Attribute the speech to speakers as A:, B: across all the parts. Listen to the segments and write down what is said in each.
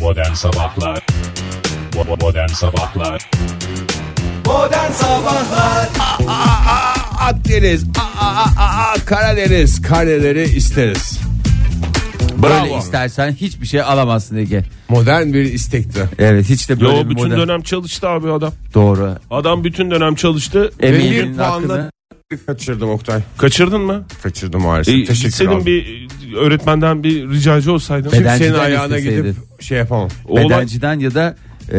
A: Modern Sabahlar Bo- Modern Sabahlar
B: Modern Sabahlar
C: Aa, Akdeniz, aa, aa, aa, Karadeniz kareleri isteriz.
D: Böyle
C: Bravo.
D: istersen hiçbir şey alamazsın Ege.
C: Modern bir istekti.
D: Evet hiç de böyle
E: Yo
D: bir
E: bütün
D: model-
E: dönem çalıştı abi adam.
D: Doğru.
E: Adam bütün dönem çalıştı.
C: Ben
D: Emeğinin
C: bir puanla
D: hakkını.
C: E, kaçırdım Oktay.
E: Kaçırdın mı?
C: Kaçırdım maalesef.
E: E,
C: Teşekkür
E: senin
C: ederim. Bir...
E: bir e, öğretmenden bir ricacı olsaydın.
D: Beden-
C: Senin
D: Bedenciden
C: ayağına
D: isteseydin.
C: gidip şey yapamam.
E: Oğlan-
D: Bedenciden ya da e,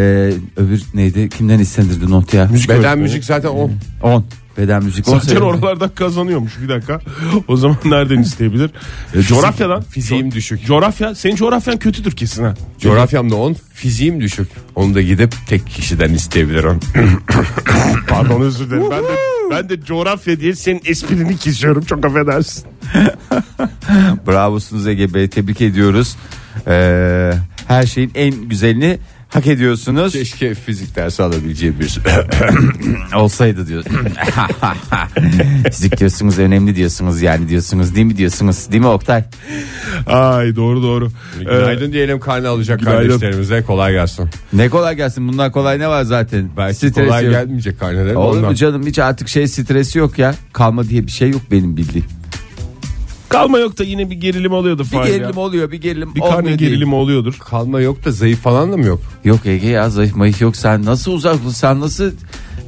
D: öbür neydi? Kimden istendirdi not ya?
C: Beden
E: öğretmeni.
C: müzik zaten o.
D: 10. Beden müzik. on
E: Zaten
D: söyledi.
E: oralardan kazanıyormuş bir dakika. O zaman nereden isteyebilir? E, Coğrafyadan.
C: Fiziğim düşük.
E: Coğrafya. Senin coğrafyan kötüdür kesin ha.
C: Coğrafyamda 10, fiziğim düşük. Onu da gidip tek kişiden isteyebilirim.
E: Pardon özür dilerim. Ben de, ben de coğrafya diye senin esprini kesiyorum. Çok affedersin.
D: Bravosunuz Ege Bey. Tebrik ediyoruz. Ee, her şeyin en güzelini hak ediyorsunuz.
C: Keşke fizik dersi alabileceğim bir
D: Olsaydı diyor. Fizik diyorsunuz önemli diyorsunuz yani diyorsunuz değil mi diyorsunuz değil mi Oktay?
E: Ay doğru doğru. Ee,
C: Günaydın diyelim karne alacak
E: Günaydın.
C: kardeşlerimize kolay gelsin.
D: Ne kolay gelsin bundan kolay ne var zaten? Stres
C: kolay
D: yok.
C: gelmeyecek karneler.
D: Olur
C: ondan.
D: mu canım hiç artık şey stresi yok ya. Kalma diye bir şey yok benim bildiğim.
E: Kalma yok da yine bir gerilim alıyordu
D: Bir
E: Fahir ya.
D: gerilim oluyor bir gerilim
E: Bir
D: olmuyor
E: karne
D: değil.
E: gerilimi oluyordur.
C: Kalma yok da zayıf falan da mı yok?
D: Yok Ege ya zayıf mayıf yok sen nasıl uzak sen nasıl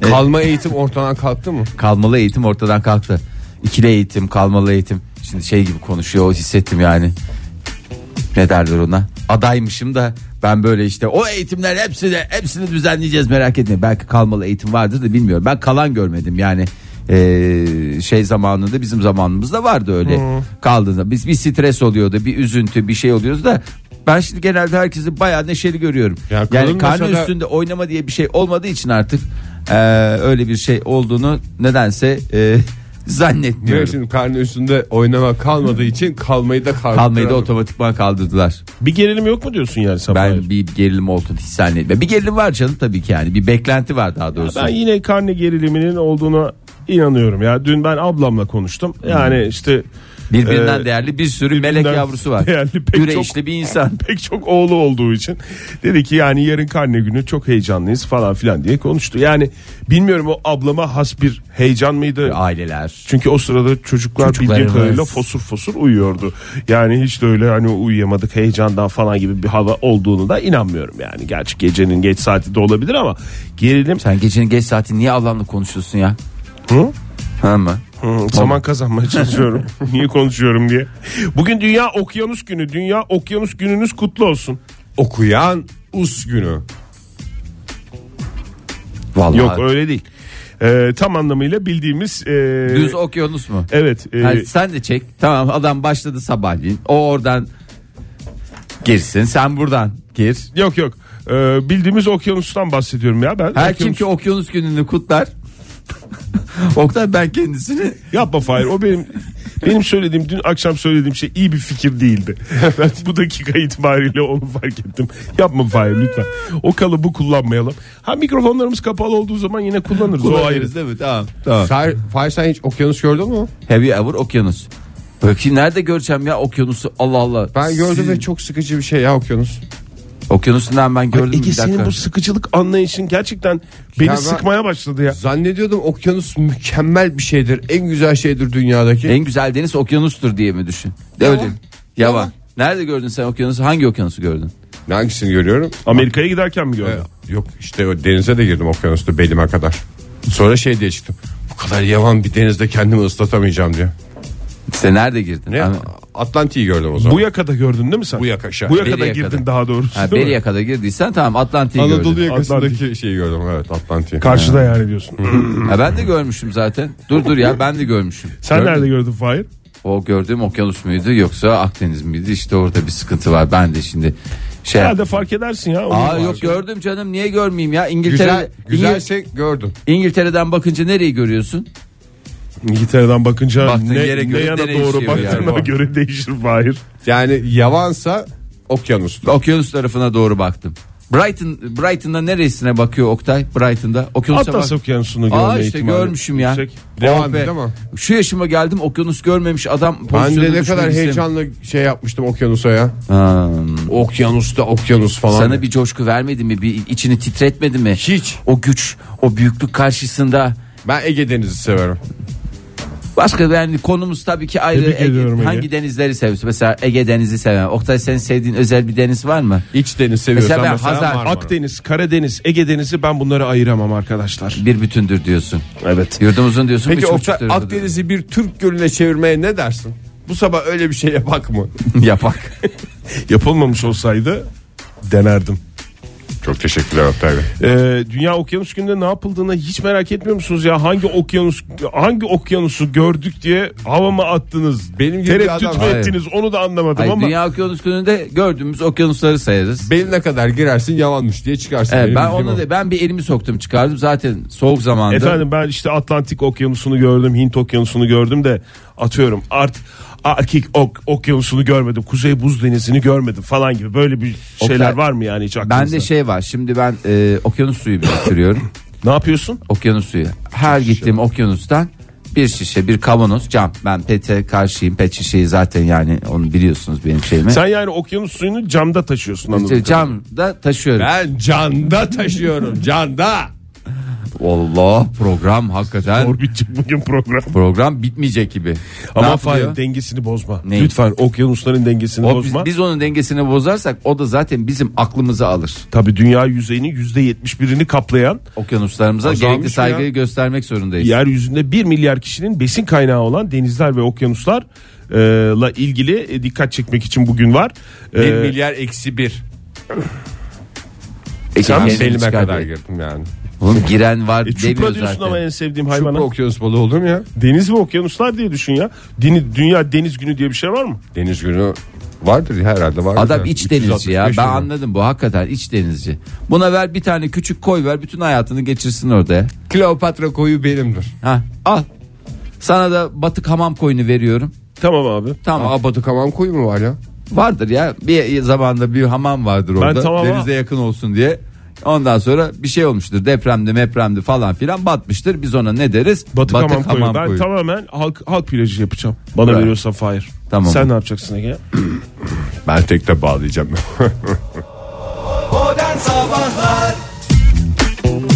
D: E,
C: Kalma eğitim ortadan kalktı mı?
D: kalmalı eğitim ortadan kalktı. İkili eğitim kalmalı eğitim şimdi şey gibi konuşuyor o hissettim yani. Ne derler ona adaymışım da ben böyle işte o eğitimler hepsini hepsini düzenleyeceğiz merak etme. Belki kalmalı eğitim vardır da bilmiyorum ben kalan görmedim yani. e, şey zamanında bizim zamanımızda vardı öyle kaldığında biz bir stres oluyordu bir üzüntü bir şey oluyordu da ben şimdi genelde herkesi bayağı neşeli görüyorum
C: Ya
D: yani
C: kalın
D: karnı
C: masada-
D: üstünde oynama diye bir şey olmadığı için artık e, öyle bir şey olduğunu nedense e,
C: Diyor
D: zannetmiyorum.
C: şimdi karne üstünde oynama kalmadığı için kalmayı da kaldı.
D: Kalmayı da otomatikman kaldırdılar.
E: Bir gerilim yok mu diyorsun yani sen?
D: Ben
E: Fahir?
D: bir gerilim olduğunu hiç zannetmiyorum. Bir gerilim var canım tabii ki yani. Bir beklenti var daha doğrusu.
E: Ben yine karne geriliminin olduğuna inanıyorum ya. Dün ben ablamla konuştum. Yani işte
D: Hmm. Birbirinden
E: Ee,
D: değerli bir sürü melek yavrusu var.
E: değerli pek
D: Güreşli bir insan.
E: pek çok oğlu olduğu için dedi ki yani yarın karne günü çok heyecanlıyız falan filan diye konuştu. Yani bilmiyorum o ablama has bir heyecan mıydı?
D: Aileler.
E: Çünkü o sırada çocuklar bildiğim
D: Çocuklarımız.
E: kadarıyla fosur fosur uyuyordu. Yani hiç de öyle hani uyuyamadık heyecandan falan gibi bir hava olduğunu da inanmıyorum yani. Gerçi gecenin geç saati de olabilir ama gerilim
D: Sen gecenin geç saati niye ablamla konuşuyorsun ya?
E: Hı?
D: Ha mı?
E: Hı, zaman kazanmaya çalışıyorum. Niye konuşuyorum diye. Bugün Dünya Okyanus Günü. Dünya Okyanus Gününüz kutlu olsun.
C: Okuyan us günü.
D: Vallahi.
E: Yok öyle değil. Ee, tam anlamıyla bildiğimiz e,
D: Düz okyanus mu?
E: evet
C: Ee,
E: e,
D: Yani sen de çek. Tamam adam başladı sabahleyin. O oradan girsin. Sen buradan gir.
E: yok yok Ee, bildiğimiz okyanustan bahsediyorum ya ben.
D: Her
E: Okyanus-
D: kim ki okyanus gününü kutlar. Oktay ben kendisini
E: Yapma Fahir o benim benim söylediğim dün akşam söylediğim şey iyi bir fikir değildi. Ben bu dakika itibariyle onu fark ettim. Yapma Fahir lütfen. O kalıbı kullanmayalım. Ha mikrofonlarımız kapalı olduğu zaman yine kullanırız. O ayrı.
D: kullanırız değil mi? Tamam. tamam.
C: Sen, Fahir sen hiç okyanus gördün mü?
D: Heavy hour okyanus. Bakayım nerede göreceğim ya okyanusu Allah Allah.
C: Ben gördüm
D: Siz-
C: ve çok sıkıcı bir şey ya okyanus.
D: Okyanusundan ben gördüm
E: Ege
D: bir dakika.
E: senin bu sıkıcılık anlayışın gerçekten beni
C: Ya ben-
E: sıkmaya başladı ya.
C: Zannediyordum okyanus mükemmel bir şeydir. En güzel şeydir dünyadaki.
D: En güzel deniz okyanustur diye mi düşün? De öyle. Yavan. Nerede gördün sen okyanusu? Hangi okyanusu gördün?
C: Hangisini görüyorum?
E: Amerika'ya giderken mi gördün?
C: Ee, Yok işte o denize de girdim okyanusta belime kadar. Sonra şey diye çıktım. Bu kadar yavan bir denizde kendimi ıslatamayacağım diye.
D: İşte nerede girdin?
C: Ne?
D: Ha,
C: Atlantik'i gördüm o zaman.
E: Bu yakada gördün değil mi sen?
C: Bu yaka aşağı.
E: Bu yakada
D: Beri yakada.
E: girdin daha doğrusu.
D: ha,
E: değil mi?
D: Beriyaka'da girdiysen tamam Atlantik'i
C: Anadolu
D: gördün.
C: yakasındaki
E: Atlantik.
C: şeyi gördüm evet Atlantik'i.
E: Karşıda yani diyorsun.
D: Ha, ben de görmüşüm zaten. Dur dur ya ben de görmüşüm.
E: Sen
D: Gördün.
E: nerede gördün Fahir?
D: O gördüğüm okyanus muydu yoksa Akdeniz miydi? İşte orada bir sıkıntı var. Ben de şimdi şey...
E: Herhalde fark edersin ya.
D: Aa
E: Onu-
D: yok gördüm canım niye görmeyeyim ya İngiltere
C: Güzel,
D: İngil-
C: güzelse gördüm.
D: İngiltere'den bakınca nereyi görüyorsun?
E: İngiltere'den bakınca
D: Baktığın
E: ne,
D: yere göre
E: ne yana
D: de
E: doğru
D: değişiyor
E: baktığına
D: yani.
E: göre değişir Fahir.
C: Yani yavansa okyanustur.
D: Okyanus tarafına doğru baktım. Brighton Brighton'da neresine bakıyor Oktay? Brighton'da okyanusa
E: Atlas
D: bak.
E: Okyanusu'nu görme
D: Aa işte
E: ihtimali
D: görmüşüm ya.
E: yüksek.
C: Devam
D: Oh be.
C: edin ama.
D: Şu yaşıma geldim okyanus görmemiş adam.
C: Ben de
D: pozisyonuna
C: ne kadar
D: düşmek istemiyorum.
C: heyecanla şey yapmıştım okyanusa ya.
D: Hmm.
C: Okyanusta okyanus falan.
D: Sana bir coşku vermedi mi? Bir içini titretmedi mi?
C: Hiç.
D: O güç, o büyüklük karşısında
C: Ben Ege Denizi severim.
D: Başka yani konumuz tabii ki ayrı.
E: Tebrik
D: Ege-
E: ediyorum Ege.
D: hangi denizleri seviyorsun? Mesela Ege denizi seven. Oktay senin sevdiğin özel bir deniz var mı?
C: İç deniz seviyorsan
D: Mesela ben
C: mesela,
D: Hazar-
C: Marmara.
E: Akdeniz, Karadeniz, Ege Denizi ben bunları ayıramam arkadaşlar.
D: Bir bütündür diyorsun.
E: Evet.
D: Yurdumuzun diyorsun.
C: Peki
D: üç
C: Oktay,
D: buçuktur diyorsun.
C: Akdeniz'i bir Türk gölüne çevirmeye ne dersin? Bu sabah öyle bir şey yapak mı?
D: Yapak.
E: Yapılmamış olsaydı denerdim.
C: Çok teşekkürler Oktay Bey.
E: Ee, Dünya Okyanus Günü'nde ne yapıldığını hiç merak etmiyor musunuz ya? Hangi okyanus hangi okyanusu gördük diye hava mı attınız?
C: Benim gibi bir
E: Tereddüt
C: adam-
E: mü
C: Hayır.
E: ettiniz onu da anlamadım
D: Hayır,
E: ama.
D: Dünya Okyanus Günü'nde gördüğümüz okyanusları sayarız.
C: Beline kadar girersin yalanmış diye çıkarsın.
D: Evet,
C: Benim
D: ben
C: bildiğim
D: onu
C: o.
D: da, ben bir elimi soktum çıkardım. Zaten soğuk zamanda.
E: Efendim ben işte Atlantik Okyanusu'nu gördüm, Hint Okyanusu'nu gördüm de atıyorum Art Arkik ok, Okyanusu'nu görmedim, Kuzey Buz Denizi'ni görmedim falan gibi böyle bir şeyler
D: Oktay,
E: var mı yani hiç aklınızda?
D: Ben de şey var. Şimdi ben e, okyanus suyu biriktiriyorum.
E: Ne yapıyorsun?
D: okyanus suyu. Her gittiğim okyanustan bir şişe, bir kavanoz, cam. Ben pete karşıyım. Pet şişeyi zaten yani onu biliyorsunuz benim şeyimi.
E: Sen yani okyanus suyunu camda taşıyorsun anladın
D: İşte cam da taşıyorum.
C: Ben canda taşıyorum canda.
D: Allah program hakikaten
E: Orbitçik bugün program.
D: program bitmeyecek gibi. Ne
E: Ama
D: yapıyor?
E: Fahir dengesini bozma.
D: Neyi?
E: Lütfen okyanusların dengesini
D: O biz,
E: bozma.
D: biz onun dengesini bozarsak o da zaten bizim aklımızı alır.
E: Tabii dünya yüzeyinin yüzde yetmiş birini kaplayan
D: Okyanuslarımıza
C: Azalmış
D: gerekli
C: ya.
D: saygıyı göstermek zorundayız.
E: yeryüzünde 1 milyar kişinin besin kaynağı olan denizler ve okyanuslar e, la ilgili e, dikkat çekmek için bugün var.
D: Ee,
E: E,
C: 1 milyar eksi 1.
D: E,
C: Ben
D: kendini
C: belime
D: çıkar
C: kadar
D: diye.
C: girdim yani.
D: Oğlum giren var
E: e, çupra
D: demiyor
E: diyorsun
D: zaten.
E: ama en sevdiğim hayvana.
C: Hayvana. okyanus balığı olur mu ya?
E: Deniz ve okyanuslar diye düşün ya. Deni- dünya deniz günü diye bir şey var mı?
C: Deniz günü vardır ya herhalde vardır.
D: Adam
C: yani.
D: iç denizci ya.
C: 365
D: Ben
C: gün.
D: anladım bu hakikaten iç denizci. Buna ver bir tane küçük koy ver bütün hayatını geçirsin orada.
C: Kleopatra koyu benimdir.
D: Ha al. Sana da batık hamam koyunu veriyorum.
E: Tamam abi.
D: Tamam.
C: Aa Batı Kaman koyu mu var ya?
D: Vardır ya. Bir zamanda bir hamam vardır orada.
E: tamam
D: Denize yakın olsun diye. Ondan sonra bir şey olmuştur. Depremde, mepremde falan filan batmıştır. Biz ona ne deriz?
E: Batı, hamam koyu.
D: hamam
E: Ben
D: koyu.
E: tamamen halk, halk plajı yapacağım. Bana
D: Bravo.
E: veriyorsa Fahir.
D: Tamam.
E: Sen ne yapacaksın Ege?
C: Ben tek de bağlayacağım.
B: Modern Sabahlar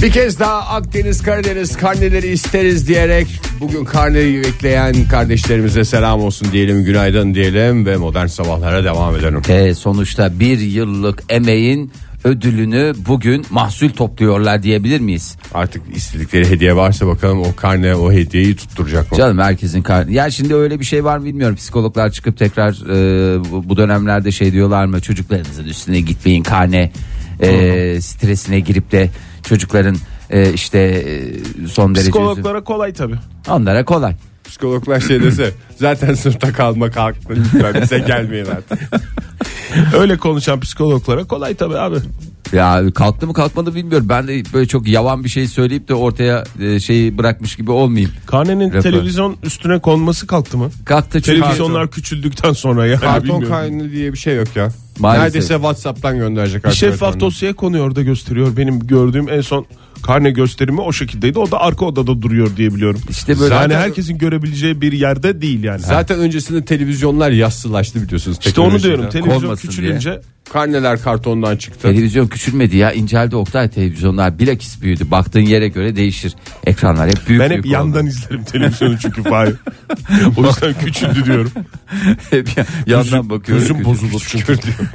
C: bir kez daha Akdeniz Karadeniz karneleri isteriz diyerek bugün karneyi bekleyen kardeşlerimize selam olsun diyelim günaydın diyelim ve modern sabahlara devam edelim.
D: E, sonuçta bir yıllık emeğin ödülünü bugün mahsul topluyorlar diyebilir miyiz?
C: Artık istedikleri hediye varsa bakalım o karne o hediyeyi tutturacak mı?
D: Canım herkesin karnı. Ya şimdi öyle bir şey var mı bilmiyorum. Psikologlar çıkıp tekrar e, bu- bu dönemlerde şey diyorlar mı? Çocuklarınızın üstüne gitmeyin karne e, stresine girip de çocukların e, işte e, son derece üzü-
E: Psikologlara kolay tabii.
D: onlara kolay.
C: Psikologlar şey dese zaten sınıfta kalmak haklı lütfen bize gelmeyin artık.
E: Öyle konuşan psikologlara kolay tabii abi.
D: Ya kalktı mı kalkmadı bilmiyorum. Ben de böyle çok yavan bir şey söyleyip de ortaya e, şeyi bırakmış gibi olmayayım.
E: Karnenin
D: Refer-
E: televizyon üstüne konması kalktı mı?
D: Kalktı çünkü
E: Televizyonlar küçüldükten sonra yani
C: Karton
E: bilmiyorum.
C: karne diye bir şey yok ya.
D: Maalesef.
C: Neredeyse Whatsapp'tan gönderecek.
E: Bir şey
C: artık
E: şeffaf
C: öğretmenler.
E: dosyaya konuyor orada gösteriyor. Benim gördüğüm en son karne gösterimi o şekildeydi. O da arka odada duruyor diye biliyorum.
D: İşte böyle-
E: Yani
D: Zaten-
E: herkesin görebileceği bir yerde değil yani.
C: Zaten öncesinde televizyonlar yassılaştı biliyorsunuz.
E: işte onu diyorum.
C: teknolojiyle.
E: Televizyon
D: Konmasın
E: küçülünce
C: Karneler kartondan çıktı.
D: Televizyon küçülmedi ya inceldi Oktay televizyonlar bilakis büyüdü baktığın yere göre değişir ekranlar hep büyük
E: ben hep
D: büyük oldu.
E: yandan izlerim televizyonu çünkü Fahir. o yüzden küçüldü diyorum.
D: Hep ya- yandan bakıyorum.
E: gözüm
D: Küçük.
E: bozulur çünkü diyorum.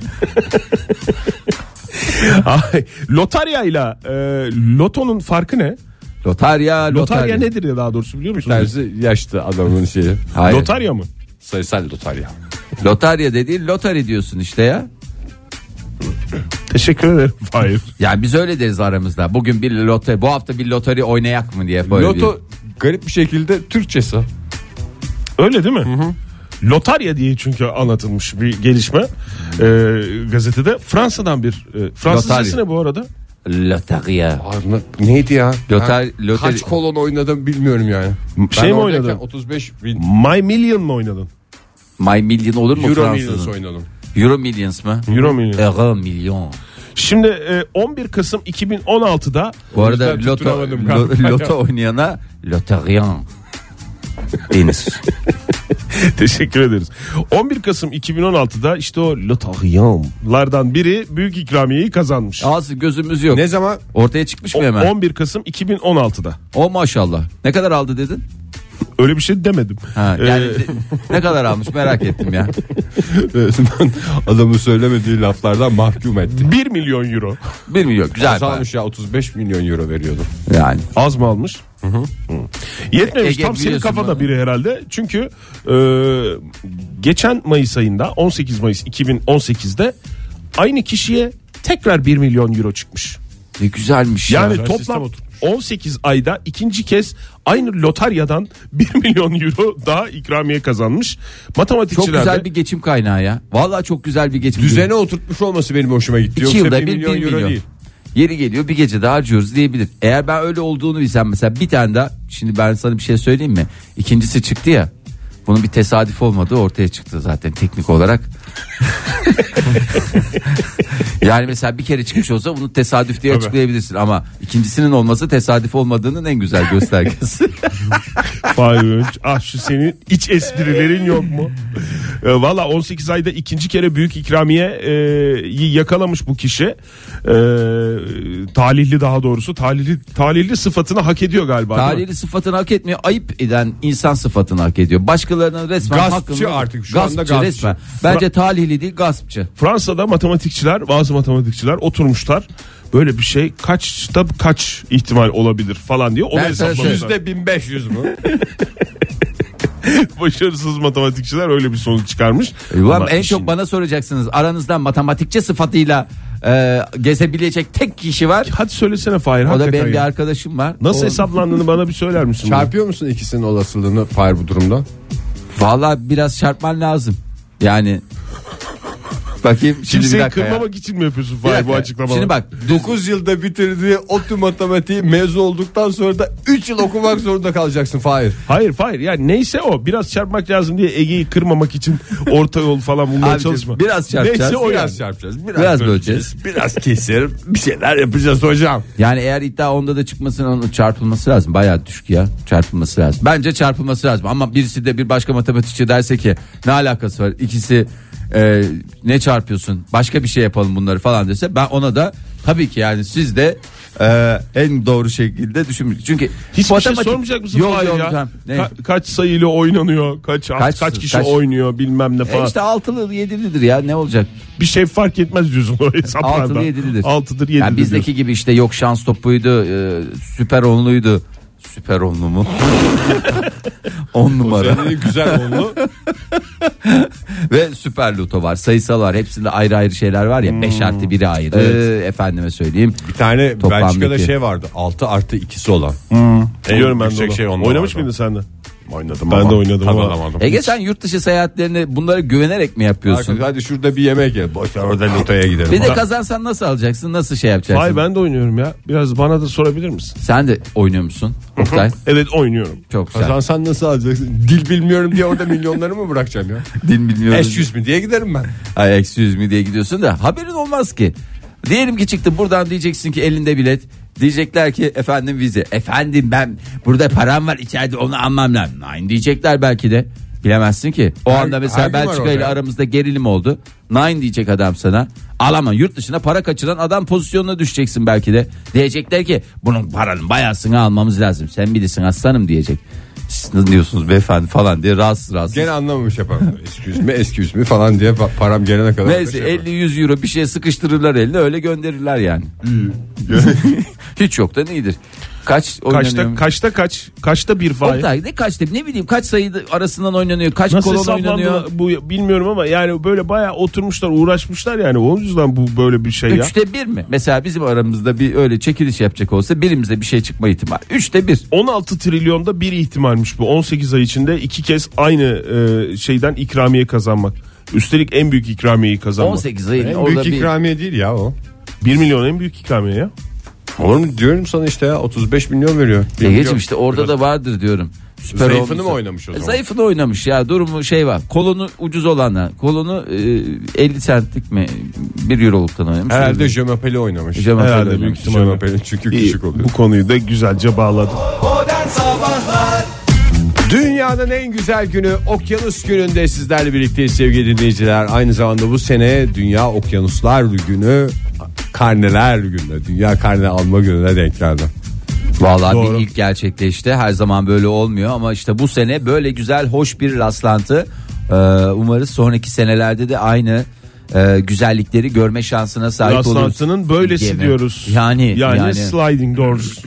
E: Ay, Lotaryayla e, lotonun farkı ne?
D: Lotarya,
E: Lotarya nedir ya daha doğrusu biliyor musunuz?
C: Terzi yaşlı adamın şeyi.
D: Hayır.
E: Lotarya mı?
C: Sayısal lotarya.
D: lotarya dediğin lotari diyorsun işte ya.
E: Teşekkür ederim. Hayır.
D: Yani biz öyle deriz aramızda. Bugün bir lotarya, bu hafta bir lotari oynayak mı diye böyle.
C: Loto garip bir şekilde Türkçesi.
E: Öyle değil mi? Lotarya diye çünkü anlatılmış bir gelişme e, gazetede. Fransa'dan bir e, Fransızcası
D: Lotarya.
E: ne bu arada?
D: bir- Lotarya.
C: Aa, neydi ya?
D: Lotar-
C: Ben
D: loteri-
C: Kaç kolon oynadım bilmiyorum yani.
E: şey
C: Ben
E: mi
C: oradayken
E: oynadın?
C: 35 bin
E: My Million mu oynadın?
D: My Million olur mu
C: Euro
D: Fransızın?
C: Millions oynadım.
D: Euro Millions mı?
E: Euro Million.
D: Euro Million.
E: Şimdi e, 11 Kasım 2016'da
D: Bu arada
E: Yüzden
D: loto,
E: tutturamadım
D: lo-
E: galiba.
D: loto oynayana loterian denir.
E: Teşekkür ederiz. 11 Kasım 2016'da işte o lotaryanlardan biri büyük ikramiyeyi kazanmış.
D: Ağzı gözümüz yok.
C: Ne zaman?
D: Ortaya çıkmış mı
E: O-
D: hemen?
E: 11 Kasım 2016'da.
D: O maşallah. Ne kadar aldı dedin?
E: Öyle bir şey demedim.
D: Ha,
E: Ee,
D: yani ne kadar almış merak ettim ya.
C: Ee, Adamın söylemediği laflardan mahkum etti.
E: 1 Ee, milyon euro.
D: Bir milyon güzel. para.
C: Azalmış ya 35 milyon euro veriyordu.
D: Yani
E: Az mı almış? Hı. Yetmemiş
D: Ege
E: tam senin
D: biliyorsun
E: kafada
D: bana.
E: biri herhalde. Çünkü e, geçen Mayıs ayında 18 Mayıs 2018'de aynı kişiye tekrar 1 milyon euro çıkmış.
D: ne güzelmiş
E: Yani
D: ya.
E: toplam 18 ayda ikinci kez aynı lotaryadan 1 milyon euro daha ikramiye kazanmış.
D: Çok
E: Matematikçiler de-
D: güzel bir geçim kaynağı ya. Vallahi çok güzel bir geçim.
C: Düzene oturtmuş olması benim hoşuma gitti.
D: İki
C: Yoksa
D: yılda
C: bir
D: bir
C: milyon
D: bir
C: euro
D: milyon.
C: değil.
D: Yeri geliyor bir gece daha harcıyoruz diyebilir. Eğer ben öyle olduğunu bilsem mesela bir tane daha şimdi ben sana bir şey söyleyeyim mi? İkincisi çıktı ya. Bunun bir tesadüf olmadığı ortaya çıktı zaten teknik olarak. yani mesela bir kere çıkmış olsa bunu tesadüf diye açıklayabilirsin ama ikincisinin olması tesadüf olmadığının en güzel göstergesi.
E: Vay be. ah şu senin iç esprilerin yok mu? E, Valla 18 ayda ikinci kere büyük ikramiye e, yi yakalamış bu kişi. E, talihli daha doğrusu. Talihli, talihli sıfatını hak ediyor galiba. değil mi?
D: Talihli sıfatını hak etmiyor. Ayıp eden insan sıfatını hak ediyor. Başkalarının resmen
C: Gaspçı
D: hakkını-
C: artık, şu
D: gaspçı,
C: anda gaspçı.
D: resmen. Bence talihli değil gaspçı.
E: Fransa'da matematikçiler bazı matematikçiler oturmuşlar. Böyle bir şey kaçta kaç ihtimal olabilir falan diye onu
D: Ben sana
E: hesaplamışlar.
C: Yüzde 1500 mü?
E: Başarısız matematikçiler öyle bir sonuç çıkarmış.
D: E, Ulan
E: Ama
D: en
E: işin-
D: çok bana soracaksınız. Aranızda matematikçi sıfatıyla e, gezebilecek tek kişi var.
E: Hadi söylesene Fahir.
D: O da benim
E: hakikaten
D: bir
E: ya.
D: arkadaşım var.
E: Nasıl
D: O-
E: hesaplandığını bana bir söyler misin?
C: Çarpıyor musun ikisinin olasılığını Fahir bu durumda?
D: Vallahi biraz çarpman lazım. Yani bakayım şimdi bir
E: Kimseyi
D: dakika. ya.
E: kırmamak için mi yapıyorsun
D: Bir
E: Fahir
D: dakika.
E: bu açıklamaları?
D: Şimdi bak
C: 9 yılda bitirdiği otu matematiği mezun olduktan sonra da 3 yıl okumak zorunda kalacaksın Fahir.
E: Hayır Fahir ya neyse o biraz çarpmak lazım diye Ege'yi kırmamak için orta yol falan bulmaya
D: Abicim,
E: çalışma.
D: biraz çarpacağız,
E: Neyse o
D: biraz
E: yani.
D: biraz, böleceğiz.
C: Biraz keserim bir şeyler yapacağız hocam.
D: Yani eğer iddia onda da çıkmasının onun çarpılması lazım. Bayağı düşük ya. Çarpılması lazım. Bence çarpılması lazım. Ama birisi de bir başka matematikçi derse ki ne alakası var? İkisi e, ne çarpıyorsun? Başka bir şey yapalım bunları falan dese ben ona da tabii ki yani siz de e, en doğru şekilde düşünün. Çünkü
E: Hiç
D: matematik-
E: şey sormayacak mısın
D: Yok,
E: Fahir
D: yok,
E: ya?
D: tamam. Ne?
E: Ka- kaç sayıyla oynanıyor? Kaç kaç, kaç kişi
D: kaç-
E: oynuyor bilmem ne
D: E
E: falan.
D: işte altılı yedilidir ya ne olacak?
E: Bir şey fark etmez diyorsun o hesaplarda.
D: Altılı yedilidir.
E: Altıdır yedidir.
D: Yani bizdeki gibi işte yok şans topuydu, e, süper onluydu. Süper onlu mu? On numara.
C: Ee, güzel oldu.
D: Ve süper loto var. Sayısal var. Hepsinde ayrı ayrı şeyler var ya. 5 artı 1'i ayrı. Ee, efendime söyleyeyim.
C: Bir tane
D: Toplam Hmm.
C: Belçika'da
D: bitti.
C: şey vardı 6 artı ikisi olan.
E: diyorsun. Biliyorum ben de
C: Yüksek
E: onu.
C: şey onda
E: Oynamış
C: vardı.
E: mıydın sen de?
C: Oynadım
E: Ben
C: ama
E: de oynadım ama.
C: tadalamadım.
D: Ege sen yurt dışı seyahatlerini bunlara güvenerek mi yapıyorsun?
C: Arkadaş, hadi şurada bir yemek ye. Boş ver orada lotoya gidelim.
D: Bir de kazansan nasıl alacaksın? Nasıl şey yapacaksın?
E: Hayır ben de oynuyorum ya. Biraz bana da sorabilir misin?
D: Sen de oynuyor musun? Oktay
E: Evet oynuyorum.
D: çok güzel.
C: Kazansan nasıl alacaksın? Dil bilmiyorum diye orada milyonları mı bırakacağım ya?
D: Din bilmiyorum.
C: Eş yüz mü diye giderim ben.
D: Ay eksi yüz mü diye gidiyorsun da haberin olmaz ki. Diyelim ki çıktı buradan diyeceksin ki elinde bilet. Diyecekler ki efendim vize. Efendim ben burada param var içeride onu almam lazım. Nine diyecekler belki de. Bilemezsin ki. O
C: Her-
D: anda
C: her
D: mesela
C: gün var
D: Belçika
C: orada
D: ile
C: ya.
D: aramızda gerilim oldu. Nine diyecek adam sana. Alama yurt dışına para kaçıran adam pozisyonuna düşeceksin belki de. Diyecekler ki bunun paranın bayasını almamız lazım. Sen bilirsin aslanım diyecek. Siz ne diyorsunuz beyefendi falan diye rahatsız rahatsız.
C: Gene anlamamış yaparım. Excuse mi excuse mi falan diye pa- param gelene kadar.
D: Neyse
C: şey yaparım.
D: 50-100 euro bir şeye sıkıştırırlar eline öyle gönderirler yani.
C: Hmm.
D: Hiç yok da iyidir. Kaç
E: Kaçta
D: oynanıyor?
E: kaçta kaç? Kaçta bir Fahir?
D: Oktay, ne kaçta ne bileyim kaç sayı arasından oynanıyor kaç
E: Nasıl
D: kolon
E: hesaplandı
D: oynanıyor.
E: bu bilmiyorum ama yani böyle bayağı oturmuşlar uğraşmışlar yani o yüzden bu böyle bir şey ya.
D: Üçte bir mi? Mesela bizim aramızda bir öyle çekiliş yapacak olsa birimize bir şey çıkma ihtimali. Üçte bir.
E: 16 trilyonda bir ihtimalmiş bu 18 ay içinde iki kez aynı e, şeyden ikramiye kazanmak. Üstelik en büyük ikramiyeyi kazanmak.
D: 18 ayın
C: En
D: orada
C: büyük
D: bir...
C: ikramiye değil ya o.
E: 1 milyon en büyük ikramiye ya.
C: Olur mu diyorum sana işte ya 35 milyon veriyor. Bir
D: Egeciğim
C: milyon.
D: işte orada
C: Biraz
D: da vardır diyorum. Süper
C: Zayıfını
D: olmuşsa-
C: mı oynamış o zaman?
D: Zayıfını oynamış ya durumu şey var. Kolonu ucuz olana kolonu e, 50 centlik mi bir Euroleague'dan oynamış.
C: Herhalde Jemapeli oynamış.
D: Jemapeli
E: Herhalde
D: oynamış.
E: büyük ihtimalle.
C: Jemapeli çünkü
E: İyi,
C: küçük oluyor.
E: bu konuyu da güzelce bağladım.
B: Modern Sabahlar
C: Dünyanın en güzel günü Okyanus Günü'nde sizlerle birlikteyiz sevgili dinleyiciler. Aynı zamanda bu sene Dünya Okyanuslar Günü karneler gününe, dünya karne alma gününe denk geldi.
D: Vallahi
E: Doğru.
D: bir ilk gerçekleşti. Her zaman böyle olmuyor ama işte bu sene böyle güzel hoş bir rastlantı. Ee, umarız sonraki senelerde de aynı e, güzellikleri görme şansına sahip oluruz.
E: Rastlantının böylesi
D: Gene.
E: diyoruz.
D: Yani
E: yani,
D: yani.
E: sliding doors.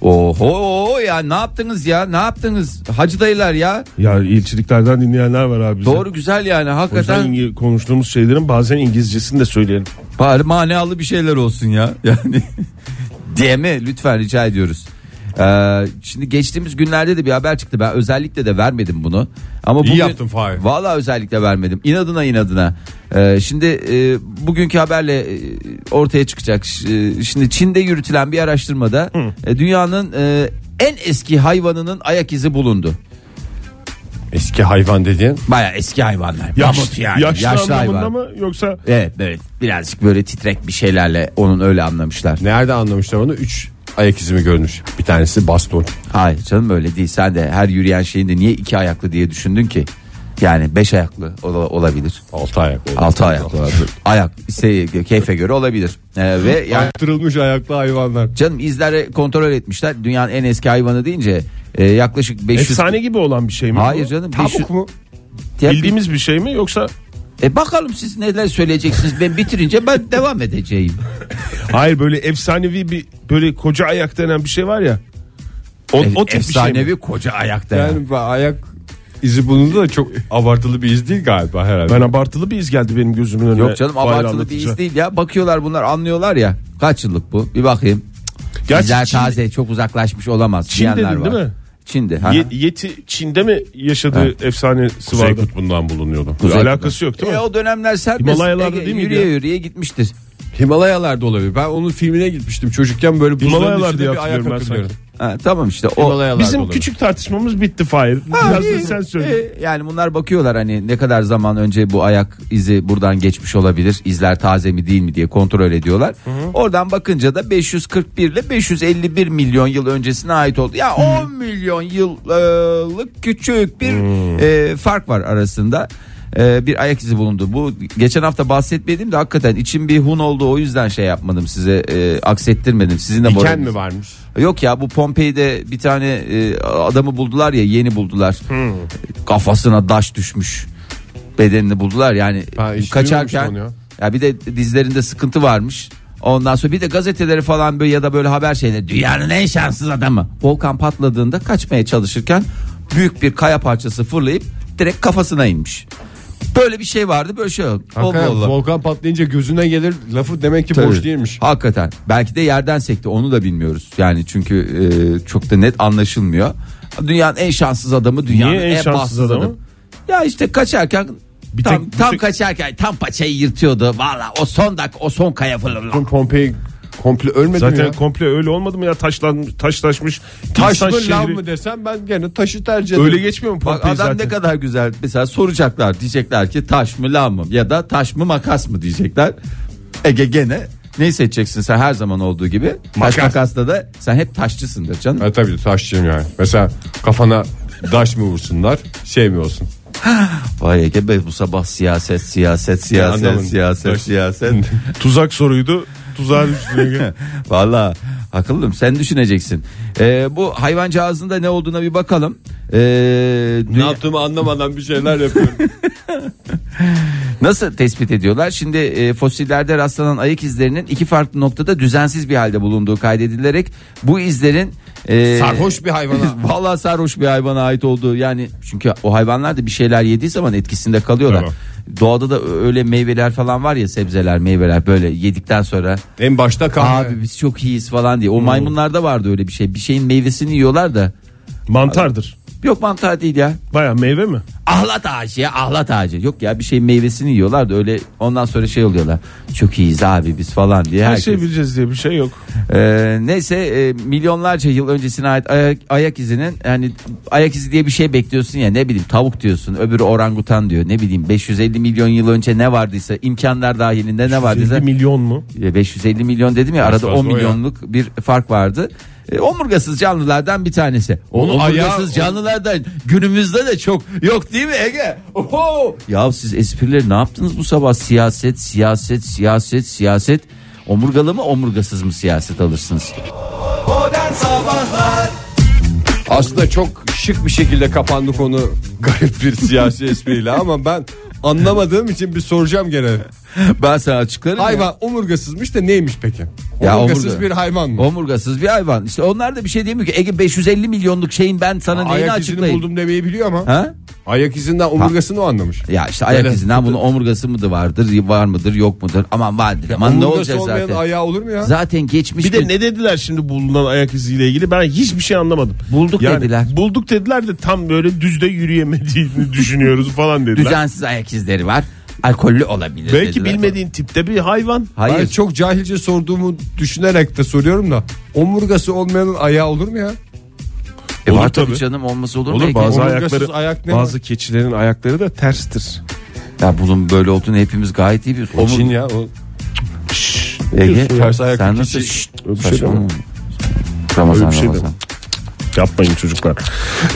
D: Oho ya ne yaptınız ya? Ne yaptınız? Hacı dayılar ya.
E: Ya ilçiliklerden dinleyenler var abi. bize.
D: Doğru güzel
E: O
D: yani
E: yüzden
D: hakikaten
E: İngi- konuştuğumuz şeylerin bazen İngilizcesini de söyleyelim.
D: bari manalı bir şeyler olsun ya. Yani diye mi? Lütfen rica ediyoruz. Ee, şimdi geçtiğimiz günlerde de bir haber çıktı. Ben özellikle de vermedim bunu.
C: İyi
D: Ama bugün-
C: yaptın Fahir.
D: Vallahi özellikle vermedim. İnadına inadına. Ee, şimdi e, bugünkü haberle e, ortaya çıkacak. Ş- e, Şimdi Çin'de yürütülen bir araştırmada e, dünyanın e, en eski hayvanının ayak izi bulundu.
C: Eski hayvan dediğin
D: Baya eski hayvanlar. Mamut yani.
E: yaşlı,
D: yaşlı
E: anlamında
D: hayvan.
E: mı yoksa
D: Evet evet birazcık böyle titrek bir şeylerle onun öyle anlamışlar.
C: nerede anlamışlar onu? Üç ayak izimi görmüş. Bir tanesi baston.
D: Hayır canım öyle değil. Sen de her yürüyen şeyin de niye iki ayaklı diye düşündün ki? Yani beş ayaklı ola- olabilir.
C: Altı ayak. oldu.
D: Altı ayaklı olabilir. Ayak şey, keyfe göre olabilir. Ee, ve yani
C: Arttırılmış ayaklı hayvanlar.
D: canım izlere kontrol etmişler. Dünyanın en eski hayvanı deyince e, yaklaşık 500
E: efsane gibi olan bir şey mi?
D: Hayır
E: bu?
D: canım.
C: Tavuk mu?
D: Ya bir-
E: Bildiğimiz bir şey mi yoksa
D: E bakalım siz neler söyleyeceksiniz. Ben bitirince ben devam edeceğim.
E: hayır böyle efsanevi bir böyle koca ayak denen bir şey var ya. O, o tip bir şey mi?
D: E, Efsanevi koca ayakta. Yani.
C: Yani bu ayak izi bulundu da çok abartılı bir iz değil galiba herhalde.
E: Ben abartılı bir iz geldi benim gözümün önüne.
D: Yok canım
E: Fahir
D: abartılı bir
E: anlatınca.
D: iz değil ya. Bakıyorlar bunlar anlıyorlar ya. Kaç yıllık bu? Bir bakayım.
E: Gerçi
D: Bizler
E: Çin-
D: taze çok uzaklaşmış olamaz.
E: Çin
D: diyenler
E: dedin değil
D: var.
E: mi?
D: Çin'de. ha.
E: Ye- yeti Çin'de mi yaşadığı efsanesi
C: Kuzey
E: vardı?
C: Kutbu'ndan bulunuyordu.
D: Kuzey
E: Alakası yok değil
D: E,
E: mi?
D: o dönemler serbest.
E: Himalayalarda
D: Ege,
E: değil miydi
D: Yürüye
E: ya?
D: yürüye gitmiştir.
C: Himalayalarda olabilir. Ben onun filmine gitmiştim çocukken böyle buzların
E: Himalayalar diye
C: içinde bir ayak
E: hatırlıyorum ben sanki.
C: hatırlıyorum.
D: Ha, tamam işte o.
C: Himalayalarda
E: Bizim
C: olabilir.
E: küçük tartışmamız bitti Fahir. Biraz da sen söyle.
D: E, Yani bunlar bakıyorlar hani ne kadar zaman önce bu ayak izi buradan geçmiş olabilir. İzler taze mi değil mi diye kontrol ediyorlar. Oradan bakınca da 541 ile 551 milyon yıl öncesine ait oldu. Ya 10 milyon yıllık küçük bir e, fark var arasında. E, bir ayak izi bulundu. Bu geçen hafta bahsetmedim de hakikaten içim bir hun oldu. O yüzden şey yapmadım size e, aksettirmedim. Sizin de
C: Diken
D: moraliniz-
C: mi varmış?
D: Yok ya bu Pompei'de bir tane e, adamı buldular ya yeni buldular. Kafasına daş düşmüş. Bedenini buldular yani
C: Ha, hiç
D: kaçarken.
C: duymamıştım
D: Ya bir de dizlerinde sıkıntı varmış. Ondan sonra bir de gazeteleri falan böyle ya da böyle haber şeyleri dünyanın en şanssız adamı. Volkan patladığında kaçmaya çalışırken büyük bir kaya parçası fırlayıp direkt kafasına inmiş. Böyle bir şey vardı böyle şey oldu.
C: Hakikaten
D: Oldu, oldu.
C: volkan patlayınca gözüne gelir lafı demek ki
D: Tabii.
C: boş değilmiş.
D: Hakikaten. Belki de yerden sekti onu da bilmiyoruz. Yani çünkü e, çok da net anlaşılmıyor. Dünyanın en şanssız adamı dünyanın
E: Niye en
D: en,
E: şanssız
D: bahtsız
E: adamı?
D: adamı. Ya işte kaçarken
E: Bir
D: tam,
E: tek- şey- bir
D: tam
E: tek-
D: kaçarken tam paçayı yırtıyordu. Valla o son dak o son kaya fırladı.
C: Tüm Pompei komple ölmedi
E: Zaten
C: mi ya?
E: komple öyle olmadı mı ya taşlanmış, taşlaşmış.
C: Taş
E: insan
C: mı lav
E: şehri-
C: mı desem ben gene taşı tercih ederim.
E: Öyle geçmiyor mu
D: Bak
E: Pompei
D: adam
E: zaten?
D: ne kadar güzel. Mesela soracaklar diyecekler ki taş mı lav mı ya da taş mı makas mı diyecekler. Ege gene ne seçeceksin sen her zaman olduğu gibi. Taş makasla da sen hep taşçısındır canım.
C: Ha, tabii taşçıyım yani. Mesela kafana daş mı vursunlar şey mi olsun?
D: Vay Ege Bey bu sabah siyaset siyaset siyaset
C: anlamadım.
D: siyaset
C: Baş-
D: siyaset.
E: Tuzak soruydu. Tuzağa düştü.
D: Valla akıllım sen düşüneceksin. Ee, bu hayvancağızın da ne olduğuna bir bakalım. Ee, dünya-
C: yaptığımı anlamadan bir şeyler yapıyorum.
D: nasıl tespit ediyorlar? Şimdi e, fosillerde rastlanan ayak izlerinin iki farklı noktada düzensiz bir halde bulunduğu kaydedilerek bu izlerin e,
C: Sarhoş bir hayvana.
D: Valla sarhoş bir hayvana ait olduğu yani çünkü o hayvanlar da bir şeyler yediği zaman etkisinde kalıyorlar.
C: Tamam.
D: Doğada da öyle meyveler falan var ya sebzeler meyveler böyle yedikten sonra
C: en başta kahve.
D: Abi biz
E: Hmm.
D: çok iyiyiz falan diye. O maymunlarda vardı öyle bir şey. Bir şeyin meyvesini yiyorlar da
E: Mantardır.
D: Yok mantar değil ya.
E: Baya meyve mi?
D: Ahlat ağacı ya ahlat ağacı. Yok ya bir şey meyvesini yiyorlar da öyle ondan sonra şey oluyorlar. Çok iyiyiz abi biz falan diye.
E: Her
D: herkes-
E: şeyi bileceğiz diye bir şey yok.
D: Ee, neyse e, milyonlarca yıl öncesine ait ayak, ayak izinin yani ayak izi diye bir şey bekliyorsun ya ne bileyim tavuk diyorsun öbürü orangutan diyor ne bileyim 550 milyon yıl önce ne vardıysa imkanlar dahilinde ne vardıysa
E: 50 milyon mu?
D: E, 550 milyon dedim ya arada
E: fazla
D: 10
E: o ya.
D: milyonluk bir fark vardı. E, omurgasız canlılardan bir tanesi. O
C: Onu
D: omurgasız
C: ayağı-
D: canlılardan günümüzde de çok yok değil mi Ege? Oho! Ya siz esprileri ne yaptınız bu sabah? Siyaset, siyaset, siyaset, siyaset. Omurgalı mı omurgasız mı siyaset alırsınız?
B: Modern Sabahlar
C: Aslında çok şık bir şekilde kapandı konu garip bir siyasi espriyle ama ben anlamadığım için bir soracağım gene.
D: Ben sana açıklarım ya.
C: Hayvan omurgasızmış da neymiş peki?
D: Ya
C: Omurgasız
D: omurga.
C: bir hayvan mı?
D: Omurgasız bir hayvan. İşte onlar da bir şey diyemiyor ki. Ege 550 milyonluk şeyin ben sana neyini
C: ayak izini
D: açıklayayım?
C: buldum demeyi biliyor ama.
D: Ha?
C: Ayak izinden omurgasını o anlamış.
D: Ya işte ayak
C: Böyle.
D: izinden bunun omurgası mıdır vardır var mıdır yok mudur aman vardır aman ne
C: Omurgası
D: olacak
C: olmayan
D: zaten.
C: ayağı olur mu ya?
D: Zaten geçmiş
E: Bir de ne dediler şimdi bulunan ayak iziyle ilgili ben hiçbir şey anlamadım.
D: Bulduk
E: Yani
D: dediler.
E: Bulduk dediler de tam böyle düzde yürüyemediğini düşünüyoruz falan dediler.
D: düzensiz ayak izleri var. Alkollü olabilir
E: Belki
D: dediler.
E: bilmediğin tipte bir hayvan.
D: Hayır.
C: Ben çok cahilce sorduğumu düşünerek de soruyorum da omurgası olmayanın ayağı olur mu ya?
D: E, var
E: Olur
D: tabii
E: tabii.
D: canım olması olur, mu?
E: Olur
D: Ege?
E: bazı
C: Omurgasız
E: ayakları
C: ayak ne
E: bazı keçilerin ayakları da terstir.
D: Ya bunun böyle olduğunu hepimiz gayet iyi biliyoruz. Omur-
C: Çin ya o
D: Ege
C: Ters ayaklı
D: sen
C: kişi-
D: nasıl
E: Öyle bir şey
D: Saçmalama.
E: deme.
D: Ramazan
E: Öyle bir şey
D: Ramazan.
E: deme. Yapmayın çocuklar.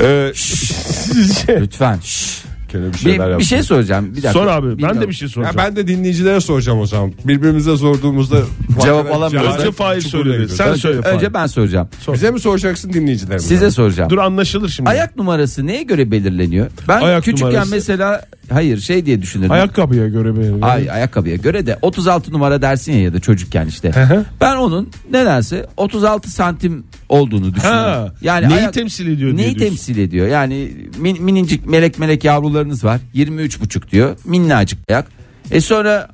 E: Ee, şey-
D: Lütfen. şşş.
C: gene bir şeyler
D: Bir,
C: yaptı.
D: bir şey soracağım. Bir dakika.
E: Sor abi ben de
D: Bilmiyorum.
E: bir şey
C: Ya
E: soracağım.
C: ben de dinleyicilere soracağım o zaman. Birbirimize sorduğumuzda
D: Cevap alamıyoruz.
E: Önce Fahir
C: Çukura
E: söyledi.
C: giriyoruz.
E: Sen söyle Fahir.
D: Önce ben soracağım.
C: Bize mi soracaksın dinleyicilere mi?
D: Size soracağım.
E: Dur anlaşılır şimdi.
D: Ayak numarası neye göre belirleniyor? Ben
E: Ayak
D: küçükken
E: numarası.
D: mesela hayır şey diye düşünürdüm.
E: Ayakkabıya göre benim.
D: Ay ayakkabıya göre de 36 numara dersin ya ya da çocukken işte.
E: hı.
D: ben onun nedense 36 santim olduğunu düşünüyorum.
E: Ha, neyi
D: ayak-
E: temsil ediyor diye
D: Neyi
E: diyorsun.
D: temsil ediyor? Yani min- minicik melek melek yavrularınız var. 23 buçuk diyor. Minnacık ayak. E sonra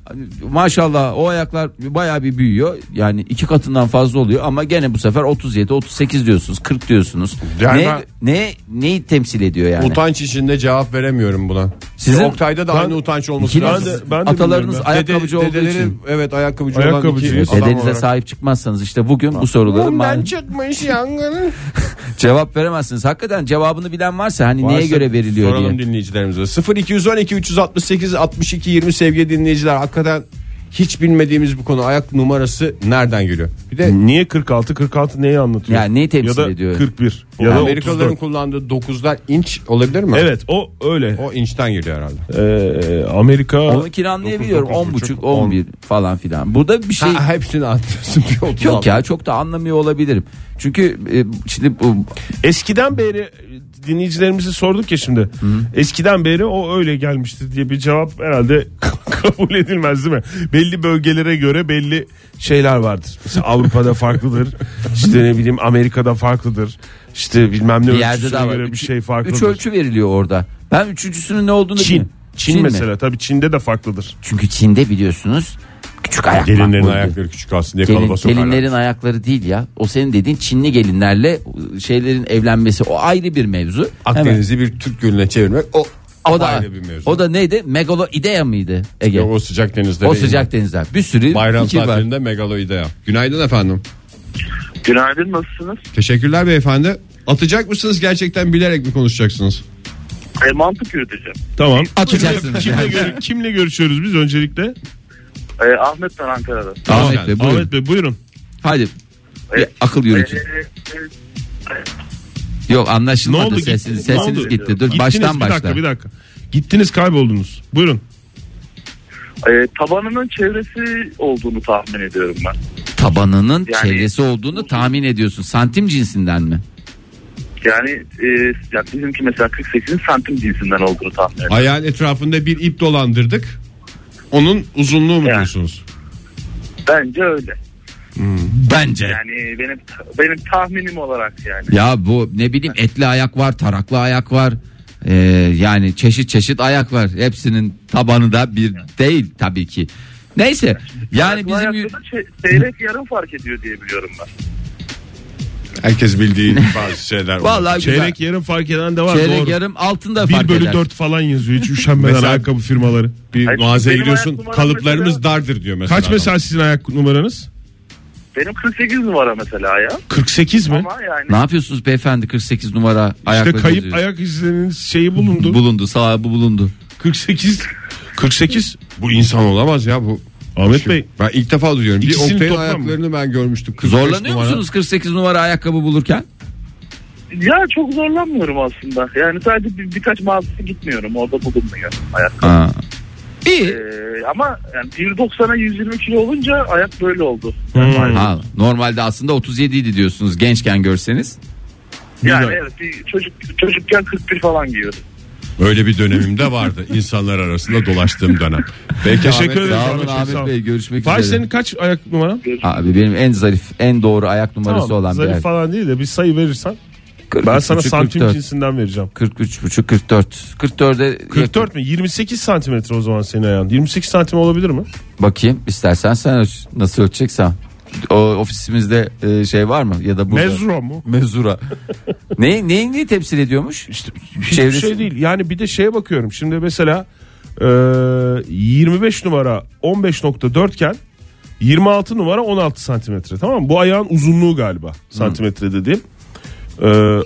D: maşallah o ayaklar bayağı bir büyüyor. Yani iki katından fazla oluyor ama gene bu sefer 37 38 diyorsunuz, 40 diyorsunuz.
C: Yani
D: ne
C: ben-
D: ne neyi temsil ediyor yani?
C: Utanç içinde cevap veremiyorum buna.
D: Sizin-
C: Oktay'da da
E: Ben-
C: aynı utanç olması
D: İkiniz-
E: Ben de-
C: lazım.
E: ben de
D: atalarınız
E: bilmiyorum
D: ayakkabıcı
C: Dede-
D: olduğu
C: dedeleri-
D: için.
C: Evet ayakkabıcı,
E: Ayakkabıcı.
C: olan iki adam
D: Dedenize
C: olarak.
D: sahip çıkmazsanız işte bugün bu soruları
C: Bundan
D: ma-
C: çıkmış yangın.
D: cevap veremezsiniz. Hakikaten cevabını bilen varsa hani neye
C: Varsa
D: göre veriliyor diye.
C: Soralım dinleyicilerimize. 0212 368 62 20 sevgili dinleyiciler. Hakikaten hiç bilmediğimiz bu konu ayak numarası nereden geliyor? Bir de
E: Niye 46? 46 neyi anlatıyor?
D: Yani neyi temsil
E: ya da
D: ediyor?
E: 41. Ya da
C: Amerikalıların
E: 34.
C: kullandığı 9'lar inç olabilir mi?
E: Evet o öyle.
C: O inçten geliyor herhalde.
E: Ee, Amerika
D: Onunkini anlayabiliyorum.
C: dokuz,
D: 10
C: dokuz
D: buçuk,
C: buçuk, on.
D: 11 falan filan. Burada bir şey
C: Ha, hepsini anlıyorsun. Bir otuz
D: yok
C: altı.
D: ya çok da anlamıyor olabilirim. Çünkü e, şimdi bu
E: eskiden beri dinleyicilerimizi sorduk ya şimdi. Eskiden beri o öyle gelmişti diye bir cevap herhalde kabul edilmez değil mi? Belli bölgelere göre belli şeyler vardır. Mesela Avrupa'da farklıdır. İşte ne bileyim Amerika'da farklıdır. İşte bilmem ne
D: bir yerde
E: ölçüsüne
D: daha var.
E: göre bir
D: Üç-
E: şey farklıdır.
D: Üç ölçü veriliyor orada. Ben üçüncüsünün ne olduğunu
E: Çin.
D: bilmiyorum.
E: Çin,
D: mi?
E: mesela tabii Çin'de de farklıdır.
D: Çünkü Çin'de biliyorsunuz küçük ayak
C: Gelinlerin
D: makbuldür.
C: ayakları küçük aslında diye
D: Gelin-
C: kalıba sokarlar.
D: gelinlerin ayakları değil ya. O senin dediğin Çinli gelinlerle e, şeylerin evlenmesi o ayrı bir mevzu. Hemen-
C: Akdeniz'i bir Türk gölüne çevirmek o,
D: O da,
C: ayrı bir mevzu.
D: o da neydi? Megaloidea mıydı Ege?
C: Yok,
D: o,
C: o sıcak denizde. değil.
D: sıcak denizler. Bir sürü
C: Bayram
D: fikir var.
C: tatilinde megaloidea. Günaydın efendim.
F: Günaydın nasılsınız?
C: Teşekkürler beyefendi. Atacak mısınız gerçekten bilerek mi konuşacaksınız?
F: E, mantık yürüteceğim.
E: Tamam.
D: Atacaksınız.
E: Kimle, gör- kimle görüşüyoruz biz öncelikle?
F: E, Ahmet ben Ankara'da.
D: Ahmet Bey buyurun.
E: Ahmet Bey buyurun.
D: Hadi. Bir akıl
F: E,
D: yürütün. Yok
E: Ne
D: anlaşılmadı
E: oldu? Gitti-
D: sesiniz.
E: ne
D: sesiniz
E: oldu?
D: gitti. Dur
E: Gittiniz,
D: baştan
E: bir
D: başla.
E: dakika bir dakika. Gittiniz kayboldunuz. Buyurun.
F: E, e, tabanının çevresi olduğunu tahmin ediyorum ben.
D: Tabanının
F: Yani-
D: çevresi olduğunu tahmin ediyorsun. Santim cinsinden mi?
F: Yani e, ya bizimki mesela 48'in santim cinsinden olduğunu tahmin ediyorum.
C: Ayağın etrafında bir ip dolandırdık. Onun uzunluğu mu
F: Yani.
C: diyorsunuz?
F: Bence öyle.
D: Bence.
F: Yani benim benim tahminim olarak yani.
D: Ya bu ne bileyim etli ayak var, taraklı ayak var. Ee, yani çeşit çeşit ayak var. Hepsinin tabanı da bir değil tabii ki. Neyse yani
F: Bu
D: bizim
F: hayatta da çe- Çeyrek yarım fark ediyor diye biliyorum ben.
C: Herkes bildiği bazı şeyler var.
D: Vallahi güzel.
E: Çeyrek yarım fark eden de var
D: Çeyrek
E: doğru.
D: yarım altında
E: 1
D: fark
E: bölü
D: eder.
E: 4 falan yazıyor hiç üşenmeden
C: Mesela-
E: ayakkabı firmaları.
C: Bir
F: Hayır,
C: mağazaya
F: benim
C: gidiyorsun
F: ayak numaram
C: kalıplarımız
F: mesela-
C: dardır diyor mesela.
E: Kaç mesela sizin ayak numaranız?
F: Benim 48 numara mesela ya.
E: 48 mi?
F: Ama yani
D: Ne yapıyorsunuz beyefendi 48 numara
E: İşte
D: ayakla
E: kayıp
D: geziyorsunuz?
E: ayak izlerinin şeyi bulundu.
D: bulundu sahibi bulundu.
E: 48 48
C: Bu insan olamaz ya bu.
E: Ahmet Bey
C: Ben ilk defa duyuyorum. Bir
E: İkisini
C: Oktay'ın
E: toplam mı?
C: ayaklarını ben görmüştüm. 45
D: Zorlanıyor
C: numara.
D: musunuz 48 numara ayakkabı bulurken?
F: ya çok zorlanmıyorum aslında. Yani sadece bir, birkaç mağazası gitmiyorum. Orada bulunmuyor ayakkabı.
D: Ha. İyi.
F: Ee, ama yani 1.90'a 120 kilo olunca ayak böyle oldu. Yani,
D: Ha, normalde aslında 37 idi diyorsunuz gençken görseniz.
F: yani evet bir çocuk çocukken 41 falan giyiyordum.
C: Öyle bir dönemimde vardı. İnsanlar arasında dolaştığım dönem. Belki
E: Teşekkür
C: Ahmet-
E: ederim.
D: Sağ
E: Ahmet Bey,
D: olun
E: sağ
D: Ahmet
E: olun.
D: Bey görüşmek
E: Fahir
D: üzere.
E: senin kaç ayak numaran?
D: Abi benim en zarif en doğru ayak numarası olan bir
E: zarif
D: ayak.
E: falan değil de bir sayı verirsen
D: 43,
E: ben sana santim
D: 44,
E: cinsinden vereceğim.
D: 43 buçuk 44. 44'e
E: 44 mi? 28 santimetre o zaman senin ayağın. 28 santim olabilir mi?
D: bakayım istersen sen ölç, nasıl ölçeceksen. O ofisimizde e, şey var mı ya da burada?
E: Mezro mu?
D: Mezura. ne neyi neyi temsil ediyormuş?
E: Hiçbir
D: Çevresi-
E: şey değil. Yani bir de şeye bakıyorum. Şimdi mesela e, 25 numara 15.4 iken 26 numara 16 santimetre tamam mı? Bu ayağın uzunluğu galiba santimetre dediğim. E,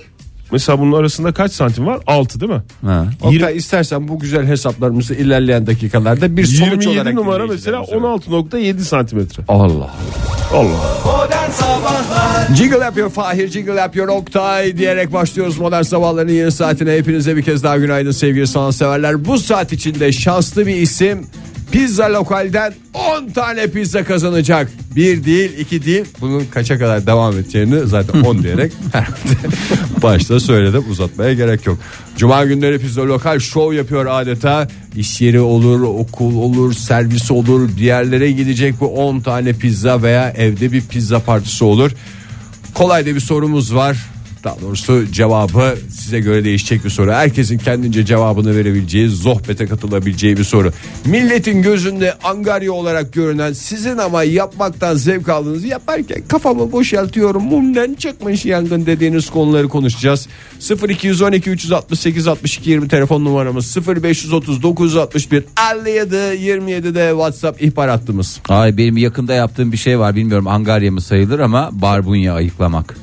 E: mesela bunun arasında kaç santim var? 6 değil mi?
D: Ha.
C: Oktay istersen bu güzel hesaplarımızı ilerleyen dakikalarda bir sonuç
E: 27
C: olarak
E: numara mesela
C: dinleyicilerimize-
E: 16.7 santimetre.
D: Allah.
E: Allah.
B: Modern Sabahlar
C: Jingle yapıyor Fahir, jingle yapıyor Oktay diyerek başlıyoruz modern sabahların yeni saatine. Hepinize bir kez daha günaydın sevgili sanatseverler. Bu saat içinde şanslı bir isim pizza lokalden 10 tane pizza kazanacak. Bir değil, iki değil. Bunun kaça kadar devam edeceğini zaten 10 diyerek herhalde başta söyledim. Uzatmaya gerek yok. Cuma günleri pizza lokal şov yapıyor adeta. İş yeri olur, okul olur, servis olur. Bir yerlere gidecek bu 10 tane pizza veya evde bir pizza partisi olur. Kolay da bir sorumuz var. Daha doğrusu cevabı size göre değişecek bir soru. Herkesin kendince cevabını verebileceği, zohbete katılabileceği bir soru. Milletin gözünde angarya olarak görünen sizin ama yapmaktan zevk aldığınız yaparken kafamı boşaltıyorum mumdan çıkmış yangın dediğiniz konuları konuşacağız. 0212 368 62 20 telefon numaramız 0530 961 57 27 de WhatsApp ihbar hattımız.
D: Ay benim yakında yaptığım bir şey var bilmiyorum Angarya mı sayılır ama barbunya ayıklamak.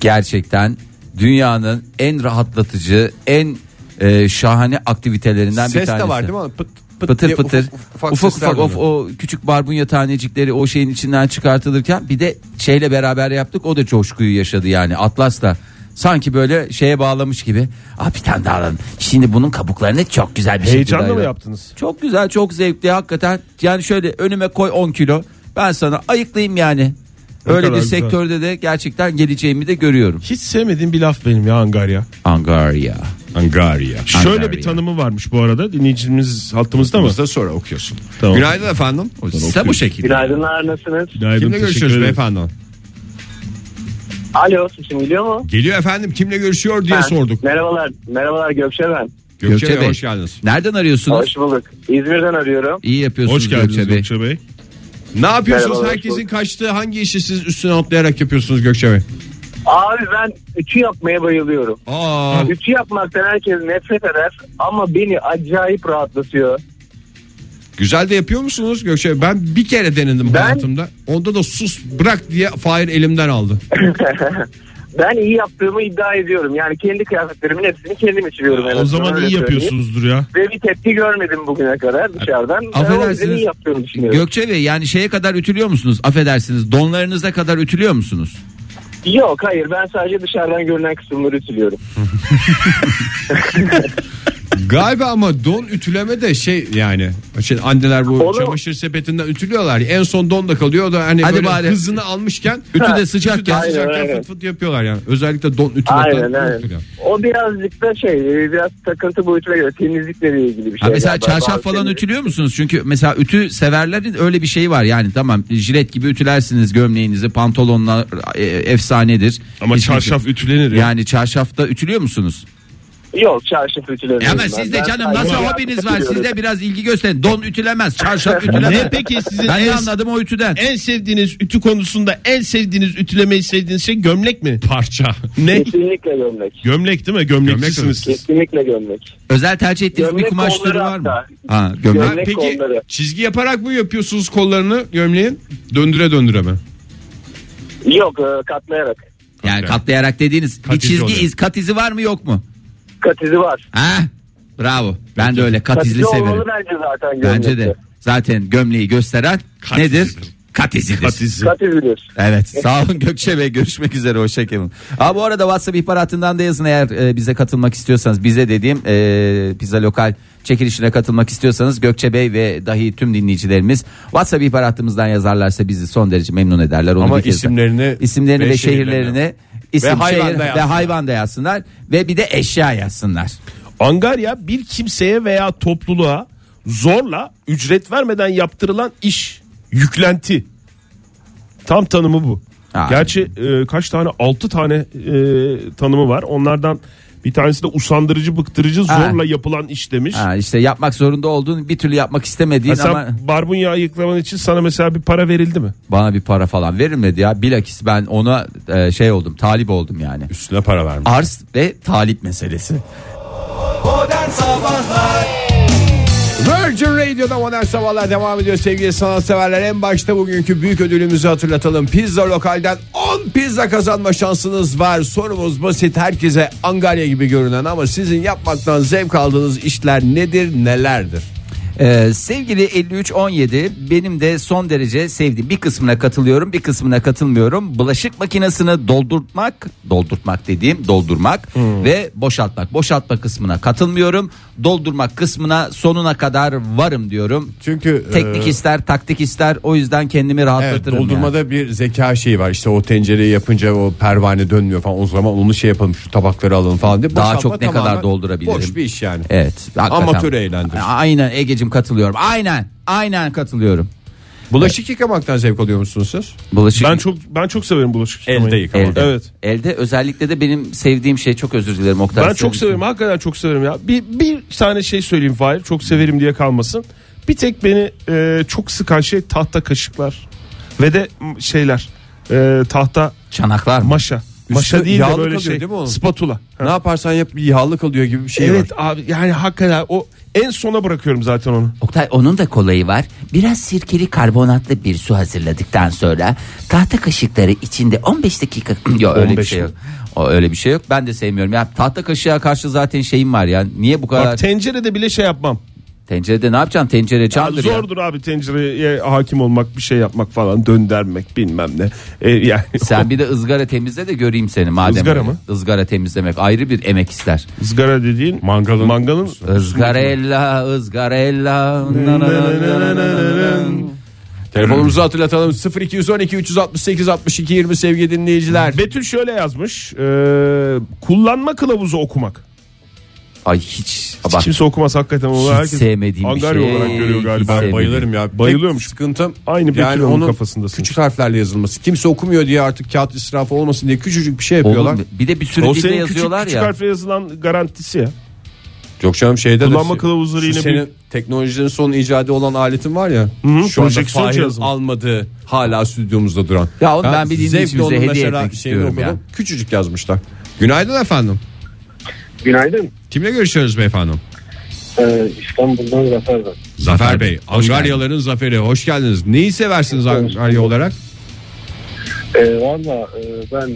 D: Gerçekten dünyanın en rahatlatıcı, en e, şahane aktivitelerinden bir
C: Ses
D: tanesi.
C: de var değil mi? Pıt pıt
D: Pıtır
C: diye
D: pıtır. Ufak ufak,
C: sesler geliyor.
D: of, o küçük barbunya tanecikleri o şeyin içinden çıkartılırken bir de şeyle beraber yaptık. O da coşkuyu yaşadı yani Atlas'la. Sanki böyle şeye bağlamış gibi. Ah bir tane daha alalım. Şimdi bunun kabuklarını çok güzel bir şekilde
E: Heyecanla mı
D: ayıralım."
E: yaptınız?
D: Çok güzel çok zevkli hakikaten. Yani şöyle önüme koy 10 kilo. Ben sana ayıklayayım yani.
E: Ne
D: Öyle bir
E: kadar güzel.
D: sektörde de gerçekten geleceğimi de görüyorum.
E: Hiç sevmediğim bir laf benim ya Angarya.
D: Angarya.
C: Angarya.
E: Şöyle
D: Angarya.
E: bir tanımı varmış bu arada dinleyicimiz hattımızda mı?
C: Biz de sonra okuyorsun.
E: Tamam.
C: Günaydın efendim.
D: Size bu şekilde.
G: Günaydınlar nasılsınız?
E: Günaydın,
C: Kimle
E: teşekkür
C: görüşüyoruz
E: ederim.
C: beyefendi?
G: Alo sesim geliyor mu?
C: Geliyor efendim kimle görüşüyor diye
G: Ha,
C: sorduk.
G: Merhabalar, merhabalar Gökçe ben.
C: Gökçe,
D: Gökçe
C: Bey,
D: Bey.
C: hoş geldiniz.
D: Nereden arıyorsunuz?
G: Hoş bulduk. İzmir'den arıyorum.
D: İyi yapıyorsunuz
E: Hoş geldiniz
D: Gökçe Bey.
E: Gökçe Bey.
C: Ne yapıyorsunuz?
G: Merhabalar, hoş
C: Herkesin
G: bulduk.
C: kaçtığı hangi işi siz üstüne atlayarak yapıyorsunuz Gökçe Bey?
G: Abi ben ütü yapmaya bayılıyorum.
C: Aa,
G: Ütü yapmaktan herkes nefret eder ama beni acayip rahatlatıyor.
C: güzel de yapıyor musunuz Gökçe Bey? Ben bir kere denedim
G: Ben-
C: hayatımda. Onda da sus bırak diye Fahir elimden aldı.
G: ben iyi yaptığımı iddia ediyorum. Yani kendi kıyafetlerimin hepsini kendim içiriyorum. en
E: O
G: azından,
E: zaman iyi
G: öyle söyleyeyim.
E: yapıyorsunuzdur ya.
G: Ve bir tepki görmedim bugüne kadar dışarıdan. Ben o yüzden
D: Affedersiniz.
G: iyi yaptığımı düşünüyorum.
D: Gökçe Bey yani şeye kadar ütülüyor musunuz? Affedersiniz donlarınıza kadar ütülüyor musunuz?
G: Yok hayır ben sadece dışarıdan görünen kısımları ütülüyorum.
C: Galiba ama don ütüleme de şey yani. Şimdi anneler bu
G: Onu-
C: çamaşır sepetinden ütülüyorlar. ya, En son don da kalıyor da hani
D: Hadi
C: böyle
D: bari.
C: hızını almışken
D: Ütü de
C: Sıcak
D: sıcakken.
G: Aynen, aynen.
C: fıt fıt yapıyorlar yani. Özellikle don ütülmekten
G: Aynen aynen.
C: korkuyorum.
G: O birazcık da şey biraz takıntı boyutuna göre temizlikle ilgili bir
D: Ha
G: şey.
D: mesela
G: galiba.
D: çarşaf
G: Bazı
D: falan
G: temizlik-
D: ütülüyor musunuz? Çünkü mesela ütü severlerin öyle bir şeyi var. Yani tamam jilet gibi ütülersiniz gömleğinizi, pantolonlar e, efsanedir.
E: Ama
D: Hiçbir-
E: çarşaf ütülenir ya.
D: Yani çarşafta ütülüyor musunuz?
G: Yok çarşaf ütülemiyorum.
D: Ya ama
G: ben.
D: siz de
G: Ben
D: canım nasıl
G: sadece
D: hobiniz var
G: yapıyorum.
D: sizde biraz ilgi gösterin. Don ütülemez, çarşaf
H: Ne
D: ütülemez.
H: peki sizin
D: Ben
H: en,
D: ne anladım o ütüden.
H: en sevdiğiniz ütü konusunda en sevdiğiniz ütülemeyi sevdiğiniz şey gömlek mi?
E: Parça.
H: Ne?
G: Kesinlikle gömlek.
E: Gömlek değil mi? Gömlekçisiniz siz.
G: Kesinlikle gömlek.
D: Özel tercih ettiğiniz bir
G: Gömlek
D: kumaş türü
G: kolları
D: var mı?
G: hatta.
D: Ha, gömlek.
G: Gömlek
I: peki
G: kolları.
I: çizgi yaparak mı yapıyorsunuz kollarını gömleğin? Döndüre döndüre mi?
G: Yok e, katlayarak.
D: Yani katlayarak dediğiniz bir
E: Kat izi
D: çizgi
E: oluyor.
D: iz, kat izi var mı yok mu?
G: Kat izi var.
D: Ha? Bravo. Ben de öyle kat izli
G: Katizi
D: severim.
G: olmalı bence zaten gömlekte.
D: Bence de. Zaten gömleği gösteren nedir? Kat izidir.
E: Patizi.
G: Kat izidir.
D: Evet sağ olun Gökçe Bey görüşmek üzere hoşçakalın. Ha bu arada WhatsApp ihbaratından da yazın eğer e, bize katılmak istiyorsanız bize dediğim e, pizza lokal çekilişine katılmak istiyorsanız Gökçe Bey ve dahi tüm dinleyicilerimiz WhatsApp ihbaratımızdan yazarlarsa bizi son derece memnun ederler. Onu
C: Ama
D: bir kez daha-
C: isimlerini
D: isimlerini ve,
C: ve
D: şehirlerini
C: şehirlerini
D: isim,
C: Ve hayvan da
D: şehir ve
C: yazsınlar.
D: hayvan da yazsınlar ve bir de eşya yazsınlar.
E: Angarya bir kimseye veya topluluğa zorla ücret vermeden yaptırılan iş. Yüklenti. Tam tanımı bu.
D: Ha.
E: Gerçi e, kaç tane? 6 tane e, tanımı var. Onlardan bir tanesi de usandırıcı, bıktırıcı,
D: Ha.
E: zorla yapılan iş demiş.
D: Ha, işte yapmak zorunda olduğun bir türlü yapmak istemediğin
E: Ha, sen
D: ama
E: barbunya ayıklaman için sana mesela bir para verildi mi?
D: bana bir para falan verilmedi ya. Bilakis ben ona e, şey oldum talip oldum yani.
C: Üstüne para vermiş.
D: arz ve talip meselesi.
B: Modern Sabahlar
C: Virgin Radio'da modern sabahlar devam ediyor sevgili sanatseverler. En başta bugünkü büyük ödülümüzü hatırlatalım. Pizza lokalden 10 pizza kazanma şansınız var. Sorumuz basit herkese Angarya gibi görünen ama sizin yapmaktan zevk aldığınız işler nedir nelerdir?
D: Ee, sevgili 5317 benim de son derece sevdiğim bir kısmına katılıyorum bir kısmına katılmıyorum. Bulaşık makinesini doldurtmak, doldurtmak dediğim doldurmak
C: Hmm.
D: ve boşaltmak. Boşaltma kısmına katılmıyorum. Doldurmak kısmına sonuna kadar varım diyorum.
C: Çünkü e,
D: Teknik ister, taktik ister. O yüzden kendimi
C: Evet
D: rahatlatırım. yani.
C: doldurmada bir zeka şeyi var işte o tencereyi yapınca o pervane dönmüyor falan o zaman onu şey yapalım şu tabakları alalım falan diye.
D: Daha
C: Boşaltma
D: çok ne
C: tamamen
D: kadar doldurabilirim?
C: Boş bir iş yani.
D: Evet. hakikaten.
C: Amatör eğlendir.
D: Aynen Ege'cim katılıyorum. Aynen. Aynen katılıyorum.
C: Bulaşık yıkamaktan zevk alıyor musunuz siz?
D: Bulaşık
E: Ben çok ben çok severim bulaşık yıkamayı.
C: Elde yıkamak.
D: Elde.
E: Evet.
D: Elde özellikle de benim sevdiğim şey çok özür dilerim Oktay.
E: Ben çok severim hakikaten çok severim ya. Bir, bir tane şey söyleyeyim Fahir çok severim diye kalmasın. Bir tek beni e, çok sıkan şey tahta kaşıklar ve de m, şeyler e, tahta
D: Çanaklar mı?
E: maşa. Maşa değil de
C: yağlı
E: böyle
C: kalıyor
E: şey
C: değil mi oğlum?
E: spatula.
C: Ne yaparsan yap bir yağlı kalıyor gibi bir şey var.
E: evet abi yani hakikaten o en sona bırakıyorum zaten onu.
D: Oktay onun da kolayı var. Biraz sirkeli karbonatlı bir su hazırladıktan sonra tahta kaşıkları içinde 15 dakika yok öyle bir
E: 15
D: şey
E: mi?
D: yok. O öyle bir şey yok. Ben de sevmiyorum. Ya tahta kaşığa karşı zaten şeyim var ya. Niye bu kadar
E: Bak tencerede bile şey yapmam.
D: tencerede ne yapacaksın? Tencere
E: Abi
D: candır ya.
E: zordur abi tencereye hakim olmak bir şey yapmak falan döndermek bilmem ne. E, yani
D: Sen bir de ızgara temizle de göreyim seni madem.
E: Izgara
D: öyle.
E: mı?
D: Izgara temizlemek ayrı bir emek ister.
E: ızgara dediğin mangalın mangalın
D: Izgarella, ızgarella. na na na na na na.
C: Telefonumuzu hatırlatalım 0212 368 62 20 sevgili dinleyiciler.
E: Betül şöyle yazmış. e, kullanma kılavuzu okumak.
D: Ay hiç.
E: Hiç
D: Bak,
E: kimse okumaz hakikaten. Onu
D: hiç
E: herkes
D: sevmediğim bir
E: Angarya
D: şey.
E: olarak görüyor
D: Hiç
E: galiba.
D: sevmediğim.
C: Bayılırım ya.
E: Bayılıyormuş.
C: Tek sıkıntım
E: Aynı Betül
C: yani
E: Hanım'ın
C: onun
E: kafasındasın.
C: küçük harflerle yazılması. Kimse okumuyor diye artık kağıt israfı olmasın diye küçücük bir şey
D: Oğlum,
C: yapıyorlar.
D: bir de bir sürü
E: O
D: dilde
E: senin küçük,
D: yazıyorlar
E: küçük
D: ya.
E: harfle yazılan garantisi ya.
C: Yok canım şeyde
E: Kullanma
C: de.
E: kılavuzları
C: Şu
E: yine
C: senin
E: büyük.
C: teknolojinin son icadı olan aletin var ya. şu anda
E: projeksiyon
C: Fahir'in
E: cihazı mı?
C: almadı. Hala stüdyomuzda duran.
D: Ya onu ben bir
C: zevkle
D: dinleyicimize
C: onun
D: hediye
C: mesela
D: etmek
C: şeyini
D: istiyorum ya.
C: okudum. Küçücük yazmışlar. Günaydın efendim.
G: Günaydın.
C: Kimle görüşüyoruz beyefendi?
G: Ee, İstanbul'dan Zafer ben.
C: Zafer Bey. Angaryaların zaferi. Hoş geldiniz. Neyi seversiniz Angarya olarak?
G: Ee, Valla e, ben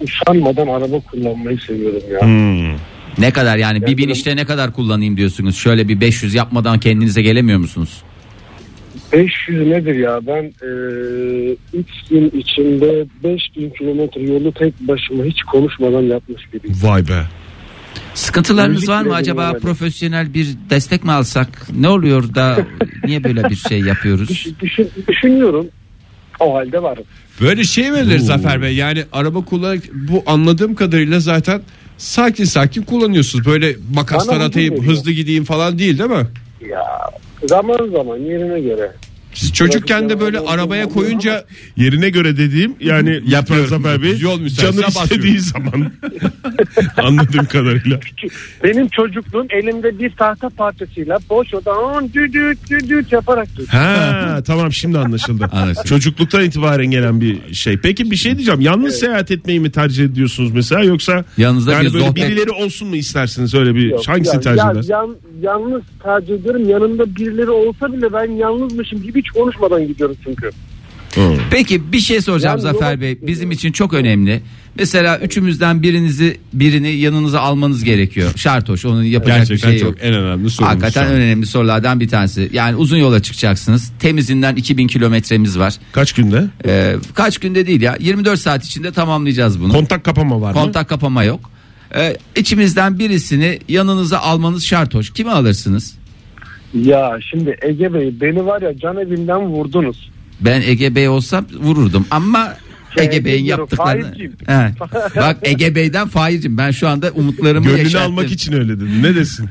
G: usanmadan araba kullanmayı seviyorum ya.
D: Ne kadar yani bir binişte ne kadar kullanayım diyorsunuz? Şöyle bir 500 yapmadan kendinize gelemiyor musunuz?
G: 500 nedir ya? Ben e, 3 gün içinde 5000 kilometre yolu tek başıma hiç konuşmadan yapmış gibiyim.
E: Vay be.
D: Sıkıntılarınız
G: Müzik
D: var mı
G: veriyorum
D: acaba
G: yani.
D: profesyonel bir destek mi alsak? Ne oluyor da niye böyle bir şey yapıyoruz?
G: Düş- düşün- düşünüyorum. O halde var.
I: Böyle şey midir Zafer Bey? Yani araba kullanarak bu anladığım kadarıyla zaten sakin sakin kullanıyorsunuz. Böyle makaslar
G: Bana hızlı
I: atayım
G: geliyor.
I: hızlı gideyim falan değil değil mi?
G: Ya zaman zaman yerine göre.
I: Siz çocukken de böyle arabaya koyunca
E: Yerine göre dediğim yani lütfen
I: Yapıyorum.
E: Zafer Bey
I: Yol müsaitse
E: canı istediği zaman anladığım kadarıyla.
G: Benim çocukluğum elimde bir tahta parçasıyla boş odan düdüt düdüt yaparak geçti.
E: Ha tamam şimdi anlaşıldı. Çocukluktan itibaren gelen bir şey. Peki bir şey diyeceğim. Yalnız seyahat etmeyi mi tercih ediyorsunuz mesela yoksa
D: Yanınızda
E: yani
D: bir
E: böyle
D: zohbet-
E: birileri olsun mu istersiniz öyle bir
G: Yok,
E: hangisini
G: ya-
E: tercih
G: ya-
E: edersiniz?
G: yan- yalnız tercih ederim. Yanımda birileri olsa bile ben yalnızmışım gibi hiç konuşmadan gidiyorum çünkü.
D: Peki bir şey soracağım
G: Yani
D: Zafer
G: yok-
D: Bey. Bizim için çok önemli. Mesela üçümüzden birinizi birini yanınıza almanız gerekiyor. Şart hoş. Onun yapacak
I: gerçekten
D: bir şey yok.
I: çok en önemli sorun.
D: Hakikaten önemli sorulardan bir tanesi. Yani uzun yola çıkacaksınız. Temizinden 2000 kilometremiz var.
E: Kaç günde?
D: Ee, kaç günde değil ya. 24 saat içinde tamamlayacağız bunu.
E: Kontak kapama var mı?
D: Kontak kapama yok. Ee, içimizden birisini yanınıza almanız şart hoş. Kimi alırsınız?
G: Ya şimdi Ege Bey beni var ya can evimden vurdunuz.
D: Ben Ege Bey olsam vururdum ama
G: Şey,
D: Ege Bey'in
G: diyorum,
D: yaptıklarını.
G: Fahirciğim.
D: He. Bak Ege Bey'den Fahir'cim ben şu anda umutlarımı
E: Gönlünü
D: yeşerttim.
E: almak için öyle dedi. Ne desin?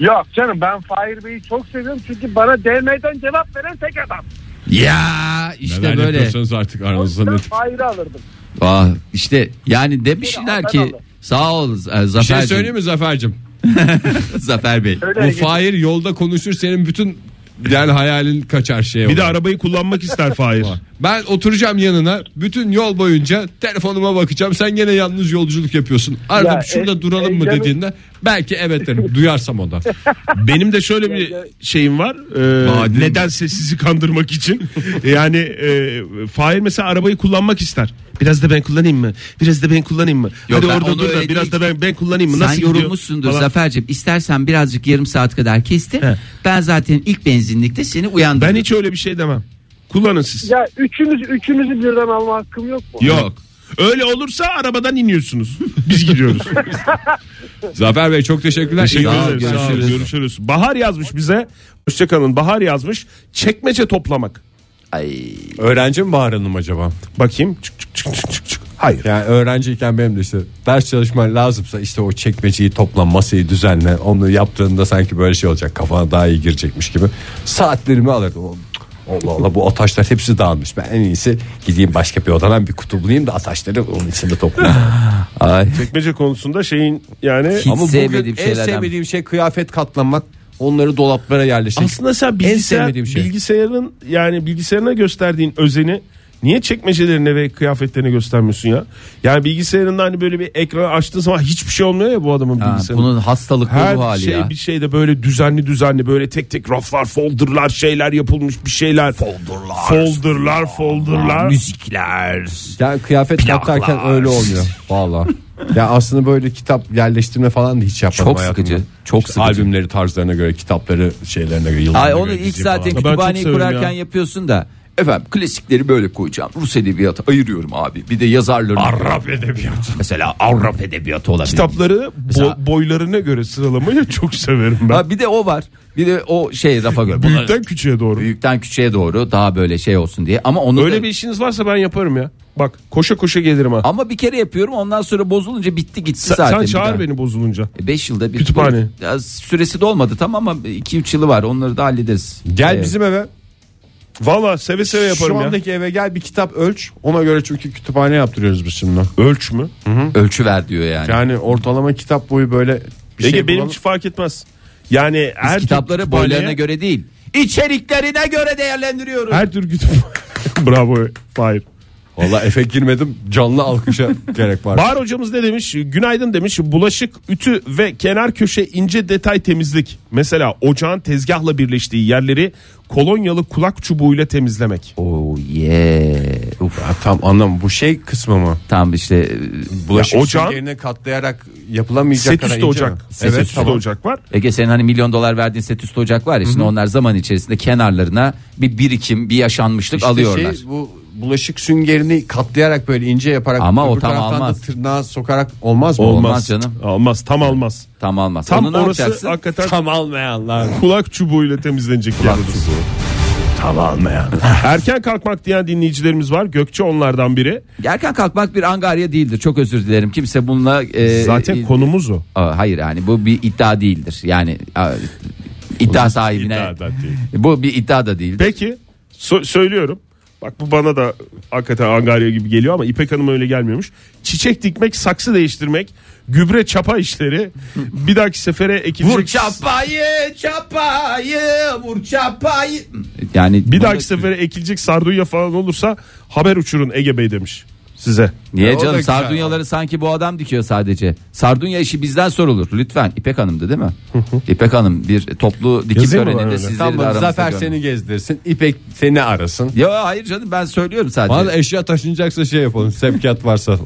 G: Yok canım ben Fahir Bey'i çok seviyorum çünkü bana DM'den cevap veren tek adam.
D: Ya işte
I: Neler
D: böyle.
I: yapıyorsanız Hani artık
G: O
I: aranızda
G: yüzden
I: ne
G: Fahir'i alırdım.
D: Ah, işte yani demişler
G: Aferin
D: ki
G: Allah.
D: sağ ol e,
I: Bir şey
D: Zafer'cim.
I: söyleyeyim mi Zafer'cim?
D: Zafer Bey.
G: Öyle
I: Bu
G: Ege-
I: Fahir yolda konuşur senin bütün yani hayalin kaçar şeye.
E: Bir
I: olur.
E: de arabayı kullanmak ister Fahir.
I: Ben oturacağım yanına bütün yol boyunca telefonuma bakacağım. Sen gene yalnız yolculuk yapıyorsun. Arada
G: Ya,
I: şurada
G: e-
I: duralım mı
G: heyecanı-
I: dediğinde belki evet derim. duyarsam ondan.
E: Benim de şöyle bir şeyim var. Ee, nedense sizi kandırmak için. yani e, Fahir mesela arabayı kullanmak ister. Biraz da ben kullanayım mı? Biraz da ben kullanayım mı?
D: Yok,
E: Hadi
D: ben
E: orada
D: onu
E: dur da
D: öyle
E: biraz da
D: değil.
E: ben ben kullanayım mı?
D: Sen
E: Nasıl gidiyor?
D: yorulmuşsundur
E: Falan.
D: Zafer'cim. İstersen birazcık yarım saat kadar kestir.
E: He.
D: Ben zaten ilk benzinlikte seni uyandırdım.
E: Ben hiç öyle bir şey demem. Kullanın siz.
G: Ya üçümüz üçümüzü birden alma hakkım yok mu?
E: Yok. Öyle olursa arabadan iniyorsunuz. Biz gidiyoruz.
I: Zafer Bey çok teşekkürler.
E: Teşekkür
I: İyi
E: ederiz.
I: günler.
E: Sağ olun,
I: Görüşürüz.
E: Görüşürüz. Bahar yazmış bize. Hoşçakalın. Bahar yazmış. Çekmece toplamak.
D: Ay.
C: Öğrenci mi Bahar Hanım acaba?
E: Bakayım. Çık çık çık çık çık. çık. Hayır.
C: Yani öğrenciyken benim de işte ders çalışman lazımsa işte o çekmeceyi topla masayı düzenle onu yaptığında sanki böyle şey olacak kafana daha iyi girecekmiş gibi saatlerimi alırdım. O- Allah Allah bu ataşlar hepsi dağılmış ben en iyisi gideyim başka bir odadan bir kutu bulayım da ataşları onun içinde toplayayım.
D: Ay.
E: Çekmece konusunda şeyin yani
D: Hiç sevmediğim
C: en
D: şeylerden.
C: sevmediğim şey kıyafet katlamak onları dolaplara yerleştirmek.
E: Aslında sen
C: En
E: bilgisayar,
C: sevmediğim şey.
E: bilgisayarın yani bilgisayarına gösterdiğin özeni niye çekmecelerine ve kıyafetlerine göstermiyorsun ya? Yani bilgisayarında hani böyle bir ekran açtığın zaman hiçbir şey olmuyor ya bu adamın
D: Ha,
E: bilgisayarında.
D: bunun hastalıklı
E: Her
D: bu hali
E: şey
D: ya.
E: bir şeyde böyle düzenli düzenli böyle tek tek raflar, folderlar, şeyler yapılmış bir şeyler. Folderlar. Folderlar, folderlar.
C: Yani kıyafet katlarken öyle olmuyor valla. Ya aslında böyle kitap yerleştirme falan da hiç yapmadım
D: Çok
C: hayatımda.
D: sıkıcı. Çok
C: İşte
D: sıkıcı.
C: albümleri tarzlarına göre, kitapları şeylerine göre, yıllarına
D: Ay
C: göre
D: onu ilk
C: diziyi
D: zaten
C: falan.
E: çok
D: kütüphaneyi
E: severim
D: kurarken
E: ya.
D: yapıyorsun da. Efendim klasikleri böyle koyacağım. Rus edebiyatı ayırıyorum abi. Bir de yazarlarını.
E: Arap edebiyatı.
D: Mesela Avrupa edebiyatı olabilir.
E: Kitapları
D: Mesela-
E: bo- boylarına göre sıralamayı çok severim ben.
D: Ha, bir de o var. Bir de o şey rafa göre. Bunlar-
E: Büyükten küçüğe doğru.
D: büyükten küçüğe doğru daha böyle şey olsun diye. Ama onu
E: Öyle
D: da-
E: bir işiniz varsa ben yaparım ya. Bak koşa koşa gelirim ha.
D: ama bir kere yapıyorum ondan sonra bozulunca bitti gitti
E: Sen,
D: zaten.
E: sen çağır beni bozulunca.
D: 5 yılda bir
E: Kütüphane.
D: Ya süresi dolmadı tamam ama 2-3 yılı var onları da hallederiz.
C: Gel
D: Ee,
C: bizim eve.
E: Valla seve seve yaparım
C: Şu andaki eve gel bir kitap ölç. Ona göre çünkü kütüphane yaptırıyoruz biz şimdi.
E: ya. Ölç mü?
D: ölçü ver diyor yani.
C: Yani ortalama kitap boyu böyle bir
E: Ege
C: şey
E: benim
C: bulalım.
E: hiç fark etmez. Yani
D: Biz
E: her
D: kitapları
E: tür kütüphaneye-
D: boylarına göre değil. içeriklerine göre değerlendiriyoruz.
C: Er-
E: Her tür kütüphane. Bravo Fahir.
C: Valla efe girmedim canlı alkışa gerek var.
E: Bahar hocamız ne demiş? Günaydın demiş. Bulaşık, ütü ve kenar köşe ince detay temizlik. Mesela ocağın tezgahla birleştiği yerleri kolonyalı kulak çubuğuyla temizlemek.
D: Oh yeah. Uf,
C: Ya tam anlam bu şey kısmı mı?
D: tam işte
C: Bulaşık
E: Ya
C: ya,
E: ocağın-
C: yerine katlayarak yapılamayacak
E: Set
C: kadar
E: üstü
C: ince mi?
E: ocak. Set
C: evet
E: üstü
C: tamam.
E: ocak var.
D: Ege senin hani milyon dolar verdiğin set üstü ocak var ya şimdi onlar zaman içerisinde kenarlarına bir birikim bir yaşanmışlık
C: İşte
D: alıyorlar.
C: şey, bu bulaşık süngerini katlayarak böyle ince yaparak
D: Ama
C: öbür
D: o tam
C: taraftan da
D: almaz.
C: tırnağa sokarak olmaz mı?
D: Olmaz. canım.
E: Almaz tam almaz.
D: Tam almaz.
E: Tam
D: Onu ne
E: orası
D: yapacaksın?
E: hakikaten
C: Tam almayanlar.
E: kulak çubuğuyla temizlenecek yer orası. Tam almayan. Erken kalkmak diyen dinleyicilerimiz var. Gökçe onlardan biri.
D: Erken kalkmak bir angarya değildir. Çok özür dilerim. Kimse bununla e,
E: Zaten
D: e,
E: konumuz o.
D: Aa, hayır yani bu bir iddia değildir. Yani a, iddia sahibine
E: İddia da değil.
D: bu bir iddia da değildir.
E: Peki So- söylüyorum. Bak bu bana da hakikaten angarya gibi geliyor ama İpek Hanım öyle gelmiyormuş. Çiçek dikmek, saksı değiştirmek, gübre çapa işleri. bir dahaki sefere ekilecek.
D: Vur çapayı çapayı vur çapayı. Yani
E: Bir dahaki sefere ekilecek sardunya falan olursa haber uçurun Ege Bey demiş size.
C: O
D: Niye
C: da
D: canım
C: güzel
D: sardunyaları sanki bu adam dikiyor sadece. Sardunya işi bizden sorulur. Lütfen İpek Hanım'dı değil mi? İpek Hanım bir toplu dikim
E: Yazayım mı ben
D: töreninde
E: öyle?
D: sizleri de
C: Tamam
D: aramızda
C: Zafer
D: görün.
C: seni gezdirsin. İpek seni arasın.
D: Ya hayır canım ben söylüyorum sadece.
C: Bana da eşya taşınacaksa şey yapalım. Sevkiyat varsa.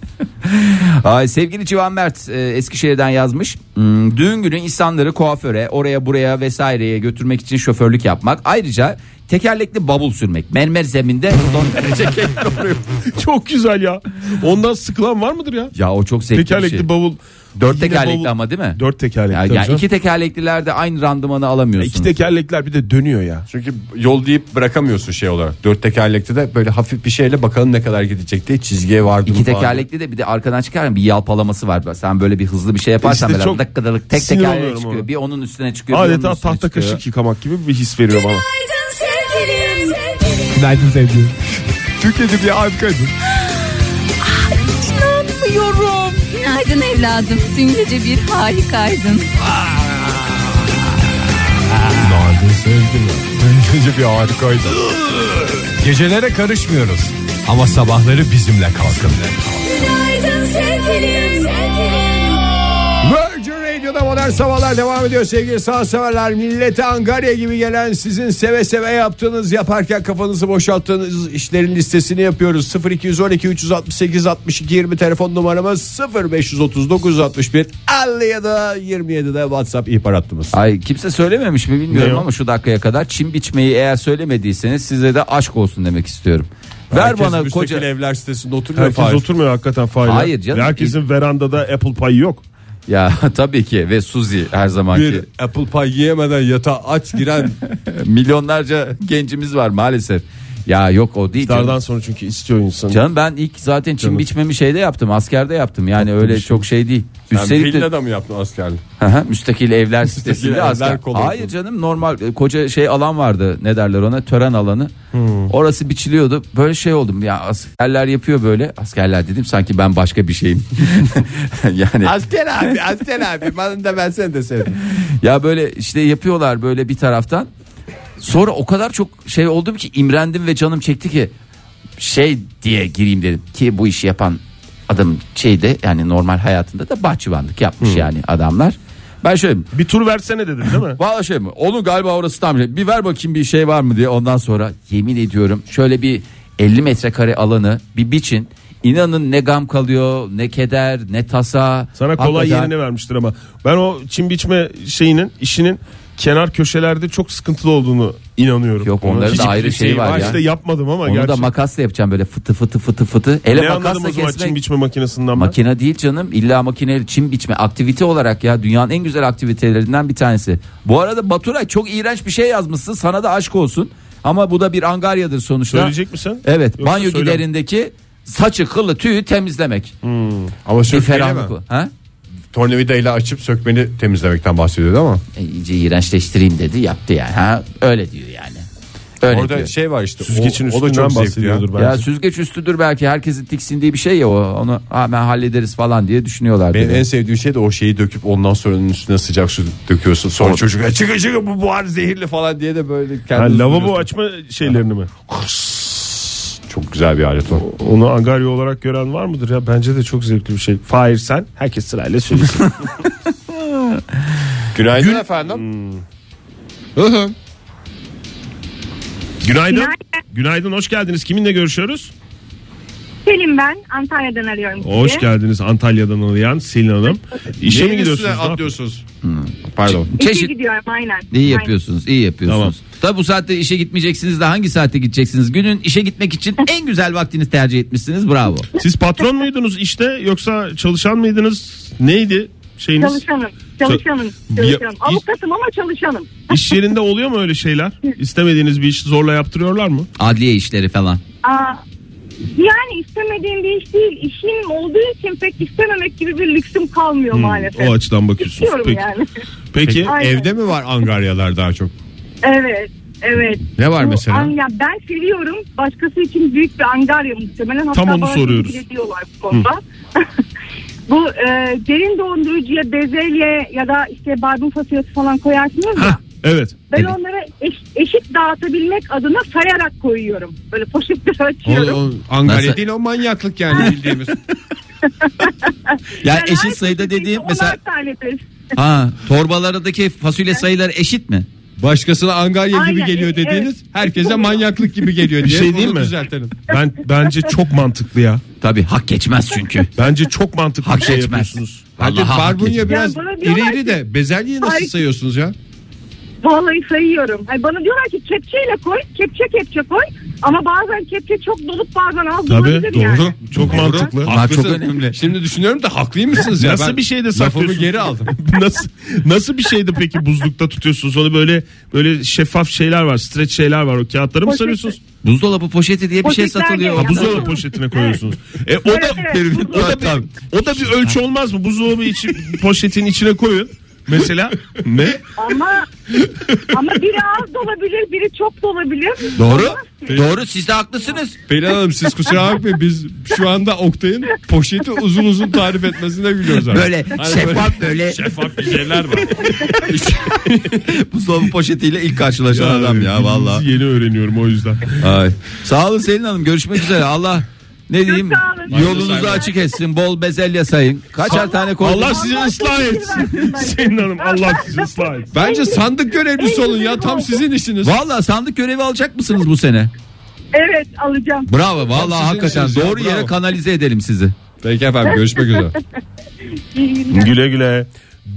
D: Ay, sevgili Civan Mert e, Eskişehir'den yazmış. Hmm, düğün günü insanları kuaföre, oraya buraya vesaireye götürmek için şoförlük yapmak. Ayrıca tekerlekli bavul sürmek. Mermer zeminde son derece keyifli oluyor.
E: Çok güzel ya. Ondan sıkılan var mıdır ya?
D: Ya o çok zevkli bir
E: Tekerlekli
D: şey.
E: bavul.
D: Dört
E: Yine
D: tekerlekli
E: bavul-
D: ama değil mi?
E: Dört tekerlekli.
D: ya,
E: tabii
D: ya
E: canım.
D: iki tekerleklilerde aynı randımanı alamıyorsunuz.
E: İki tekerlekler bir de dönüyor ya.
C: Çünkü yol deyip bırakamıyorsun şey olarak. Dört tekerlekte de böyle hafif bir şeyle bakalım ne kadar gidecek diye çizgiye vardım.
D: İki tekerlekli de bir de arkadan çıkarken bir yalpalaması var. Sen böyle bir hızlı bir şey yaparsan
E: İşte
D: böyle
E: çok
D: dakikadalık tek
E: sinir
D: tekerlek
E: oluyorum
D: çıkıyor.
E: ona.
D: Bir onun üstüne çıkıyor. bir
E: Adeta
D: onun üstüne
E: tahta
D: çıkıyor.
E: kaşık yıkamak gibi bir his veriyor bana.
J: Günaydın sevgilim.
C: Günaydın sevgilim. Türkiye'de bir arkadaşım.
J: İnanmıyorum. Günaydın evladım. Dün gece bir harikaydın.
C: Günaydın sevgilim. Dün gece bir harikaydı. Gecelere karışmıyoruz. Ama sabahları bizimle kalkın.
J: Günaydın sevgilim.
C: Virgin Radio'da modern sabahlar devam ediyor sevgili sanatseverler. Millete angarya gibi gelen sizin seve seve yaptığınız yaparken kafanızı boşalttığınız işlerin listesini yapıyoruz. 0212 368 62 20 telefon numaramız 0539 61 57 27'de WhatsApp ihbar hattımız.
D: Ay kimse söylememiş mi bilmiyorum
E: Ne o?
D: ama şu dakikaya kadar çim biçmeyi eğer söylemediyseniz size de aşk olsun demek istiyorum. Ver bana koca
C: evler sitesinde oturuyor.
E: Herkes oturmuyor hakikaten Fahir. ya.
D: Hayır canım.
E: Herkesin verandada Apple Pie yok.
D: ya tabii ki ve Suzi her zamanki
C: bir apple pie yiyemeden yatağa aç giren
D: milyonlarca gencimiz var maalesef. Ya yok o değil. Canım.
E: Dardan sonra çünkü istiyor insan.
D: Canım ben ilk zaten çim biçmemi şeyde yaptım askerde yaptım yani öyle çok şey değil. Üstelik de
C: villada mı yaptın askerlik?
D: Hı hı, müstakil evler sitesinde
C: evler
D: asker.
C: kolonu.
D: Hayır canım normal e, koca şey alan vardı ne derler ona tören alanı.
C: Hmm.
D: Orası biçiliyordu. Böyle şey oldum ya askerler yapıyor böyle. Askerler dedim sanki ben başka bir şeyim. yani
C: Asker abi asker abi bana da ben seni de sevdim.
D: ya böyle işte yapıyorlar böyle bir taraftan. Sonra o kadar çok şey oldum ki imrendim ve canım çekti ki şey diye gireyim dedim ki bu işi yapan adam şeyde yani normal hayatında da bahçıvanlık yapmış yani adamlar. Ben şöyle
E: Bir tur versene dedin değil mi?
D: Valla şey mi? Onun galiba orası tam şey. Bir ver bakayım bir şey var mı diye. Ondan sonra yemin ediyorum şöyle bir 50 metrekare alanı bir biçin. İnanın ne gam kalıyor, ne keder, ne tasa.
E: Sana kolay
D: Hakikaten-
E: yerine vermiştir ama. Ben o çim biçme şeyinin işinin kenar köşelerde çok sıkıntılı olduğunu inanıyorum.
D: Yok, onların da
E: Hiçbir şey
D: ayrı şeyi var ya.
E: işte yapmadım ama
D: Onu da
E: gerçi.
D: makasla yapacağım böyle fıtı fıtı fıtı fıtı. Ele
E: ne anladım
D: makasla
E: o zaman çim
D: kesmek.
E: biçme makinesinden ben?
D: Makine değil canım. İlla makine çim biçme aktivite olarak ya dünyanın en güzel aktivitelerinden bir tanesi. Bu arada Baturay çok iğrenç bir şey yazmışsın. Sana da aşk olsun. Ama bu da bir angaryadır sonuçta.
E: Söyleyecek misin?
D: Evet
E: Yoksa
D: banyo
E: söyleme.
D: giderindeki saçı kılı tüyü temizlemek.
C: Ama
D: Bir
C: sökmeyle mi?
D: ferahlık bu. Ha?
C: Tornavida ile açıp sökmeni temizlemekten bahsediyordu ama.
D: E, iyice iğrençleştireyim dedi yaptı yani. Ha? Öyle diyor yani. Öyle
C: Orada
D: diyor.
C: şey var işte.
E: Süzgeçin
C: o, o da
E: üstünden
C: çok zevkli ya.
E: bahsediyordur bence.
D: Ya süzgeç üstüdür belki herkesin tiksindiği bir şey ya o. Onu hemen hallederiz falan diye düşünüyorlar.
C: Benim en sevdiğim şey de o şeyi döküp ondan sonra onun üstüne sıcak su döküyorsun. Sonra çocuk "E, çıkın çıkın bu buhar zehirli falan diye de böyle kendini
E: Ha, lavabo
C: buluyorsun.
E: açma şeylerini mi?
C: Çok güzel bir alet o.
E: Onu angarya olarak gören var mıdır ya? Bence de çok zevkli bir şey. Fahir sen herkes sırayla söylesin.
C: Günaydın efendim.
E: Günaydın. Günaydın hoş geldiniz. Kiminle görüşüyoruz?
J: Selim ben Antalya'dan arıyorum sizi.
E: Hoş geldiniz Antalya'dan arayan Selin Hanım. İşe mi
C: Neyin üstüne
E: gidiyorsunuz? Ne yapıyorsunuz?
C: atlıyorsunuz? Pardon.
J: İşe
D: Çeşit
J: gidiyorum aynen.
D: İyi
J: Aynen.
D: yapıyorsunuz, iyi yapıyorsunuz. Tabi bu saatte işe gitmeyeceksiniz de hangi saatte gideceksiniz? Günün işe gitmek için en güzel vaktiniz tercih etmişsiniz. Bravo.
E: Siz patron muydunuz işte yoksa çalışan mıydınız? Neydi şeyiniz?
J: Çalışanım. Çalışanım. Çalışanım.
E: Ya-
J: Avukatım ama çalışanım.
E: İş yerinde oluyor mu öyle şeyler? İstemediğiniz bir işi zorla yaptırıyorlar mı?
D: Adliye işleri falan.
J: Aa, yani istemediğim bir iş değil. İşim olduğu için pek istememek gibi bir lüksüm kalmıyor maalesef.
E: O açıdan bakıyorsunuz.
J: İstiyorum
E: Peki.
J: yani.
E: Peki.
J: Aynen.
C: Evde mi var angaryalar daha çok?
J: Evet. Evet.
I: Ne var
J: Bu
I: mesela?
J: an- ya ben seviyorum. Başkası için büyük bir angarya muhtemelen. Hatta
E: Tam onu
J: bana
E: soruyoruz.
J: teşekkür ediyorlar bu konuda. bu e, derin dondurucuya bezelye ya da işte barbun fasulyesi falan koyarsınız ya.
E: Evet.
J: Ben onları eş- eşit dağıtabilmek adına sayarak koyuyorum. Böyle poşetlere
I: O,
J: açıyorum.
I: o Angarya
D: Nasıl?
I: değil o manyaklık yani bildiğimiz.
D: Yani
J: her
D: eşit sayıda
J: poşetin
D: dediğim
J: içinde
D: mesela
J: onar tanedir.
D: ha torbalardaki fasulye sayıları eşit mi?
I: Başkasına Angarya gibi
J: Aynen,
I: geliyor
J: evet,
I: dediğiniz herkese manyaklık gibi geliyor
E: Bir
I: diye.
E: şey değil
I: onu
E: mi?
I: Düzeltelim.
E: Ben bence çok mantıklı ya.
D: Tabii hak geçmez çünkü.
E: Bence çok mantıklı
D: Hak
E: bir şey
D: geçmez.
E: yapıyorsunuz.
D: Vallahi
I: Hadi
D: hak geçmez.
I: barbunya biraz
J: bana
I: iri
J: diyorlar
I: iri de bezelyeyi nasıl
J: Ay.
I: sayıyorsunuz ya?
J: Vallahi sayıyorum. Hani bana diyorlar ki kepçeyle koy, kepçe kepçe koy. Ama bazen kepçe çok dolup bazen az
E: Tabii
J: bulabilir
E: doğru.
J: yani.
E: Çok mantıklı.
D: Bunlar
I: Haklısın.
D: çok önemli.
I: Şimdi düşünüyorum da haklıymışsınız ya.
E: Nasıl
I: Ben
E: bir şey de
I: Lafımı
E: saklıyorsunuz?
I: geri aldım.
E: nasıl nasıl bir şeydi peki buzlukta tutuyorsunuz? Onu böyle böyle şeffaf şeyler var, streç şeyler var. O kağıtları mı
J: Poşeti.
E: sarıyorsunuz?
D: Buzdolabı poşeti diye bir şey
J: Poşetler
D: satılıyor.
J: geliyor.
D: Ha, buzdolabı-
E: Buzdolabı poşetine koyuyorsunuz. E, o da
J: Evet, evet,
E: o da bir, o da bir ölçü olmaz mı? Buzdolabı içi poşetin içine koyun. Mesela ne?
J: Ama ama biri az dolabilir, biri çok dolabilir.
D: Doğru. Doğru siz de haklısınız.
I: Pelin Hanım siz kusura bakmayın biz şu anda Oktay'ın poşeti uzun uzun tarif etmesine gülüyoruz Hani abi.
D: Böyle şeffaf böyle
E: Şeffaf bir şeyler var.
D: buzdolabı poşetiyle ilk karşılaşan adam ya vallahi.
E: Yeni öğreniyorum o yüzden.
D: Ay. Sağ olun Selin Hanım görüşmek üzere. Allah ne diyeyim
J: sağ olun.
D: yolunuzu açık etsin. Bol bezelye sayın. Kaçar tane koydun?
E: Allah sizi ıslah
J: çok
E: etsin.
J: şükür versin
E: Senin hanım Allah sizi ıslah etsin.
I: Bence sandık görevlisi olun ya tam sizin işiniz.
D: Valla sandık görevi alacak mısınız bu sene?
J: Evet alacağım.
D: Bravo valla
I: sizin
D: hakikaten
I: işiniz ya,
D: doğru yere
I: bravo.
D: kanalize edelim sizi.
I: Peki efendim görüşmek üzere.
J: İyi günler.
E: Güle güle.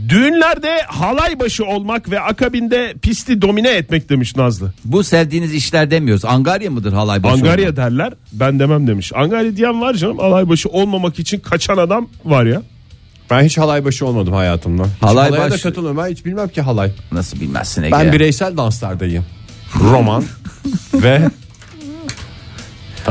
E: Düğünlerde halay başı olmak ve akabinde pisti domine etmek demiş Nazlı.
D: Bu sevdiğiniz işler demiyoruz. Angarya mıdır halay başı?
E: Angarya
D: olmak?
E: derler ben demem demiş. Angarya diyen var canım halay başı olmamak için kaçan adam var ya.
C: Ben hiç halay başı olmadım hayatımda. Hiç
D: Halay
C: halaya da
D: başı-
C: katılmıyorum. Ben hiç bilmem ki halay.
D: Nasıl bilmezsin Ege?
C: Ben bireysel danslardayım. Roman ve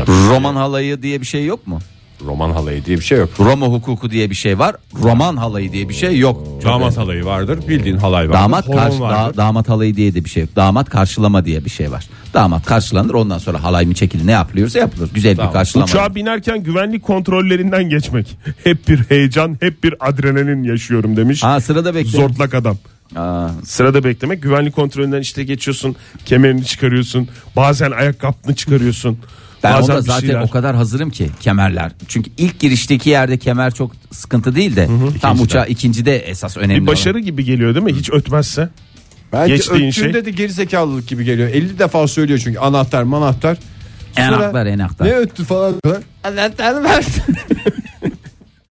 D: Roman halayı diye bir şey yok mu?
C: roman halayı diye bir şey yok.
D: Roma hukuku diye bir şey var. Roman halayı diye bir şey yok. Çok
C: Damat
D: önemli.
C: halayı vardır. Bildiğin halay vardır.
D: Damat
C: horon
D: karşı,
C: vardır.
D: da- damat halayı diye de bir şey yok. Damat karşılama diye bir şey var. Damat karşılanır ondan sonra halay mı çekilir ne yapılıyorsa yapılır. Güzel bir karşılama.
E: Uçağa binerken güvenlik kontrollerinden geçmek. Hep bir heyecan hep bir adrenalin yaşıyorum demiş.
D: Ha sırada bekliyor.
E: Zortlak adam.
D: Aa,
E: Sırada beklemek güvenlik kontrolünden işte geçiyorsun kemerini çıkarıyorsun bazen ayakkabını çıkarıyorsun.
D: ben
E: bazen
D: orada
E: bir
D: zaten
E: şeyler.
D: o kadar hazırım ki kemerler. Çünkü ilk girişteki yerde kemer çok sıkıntı değil de tam uçağa ikincide esas önemli.
E: bir
D: olan.
E: başarı gibi geliyor değil mi hiç ötmezse.
C: Belki
E: Geçtiğin
C: öptüğünde
E: şey-
C: de gerizekalılık gibi geliyor. 50 defa söylüyor çünkü anahtar manahtar.
D: En aktar en aktar.
C: Ne öttü falan. diyorlar. Anahtarı ver.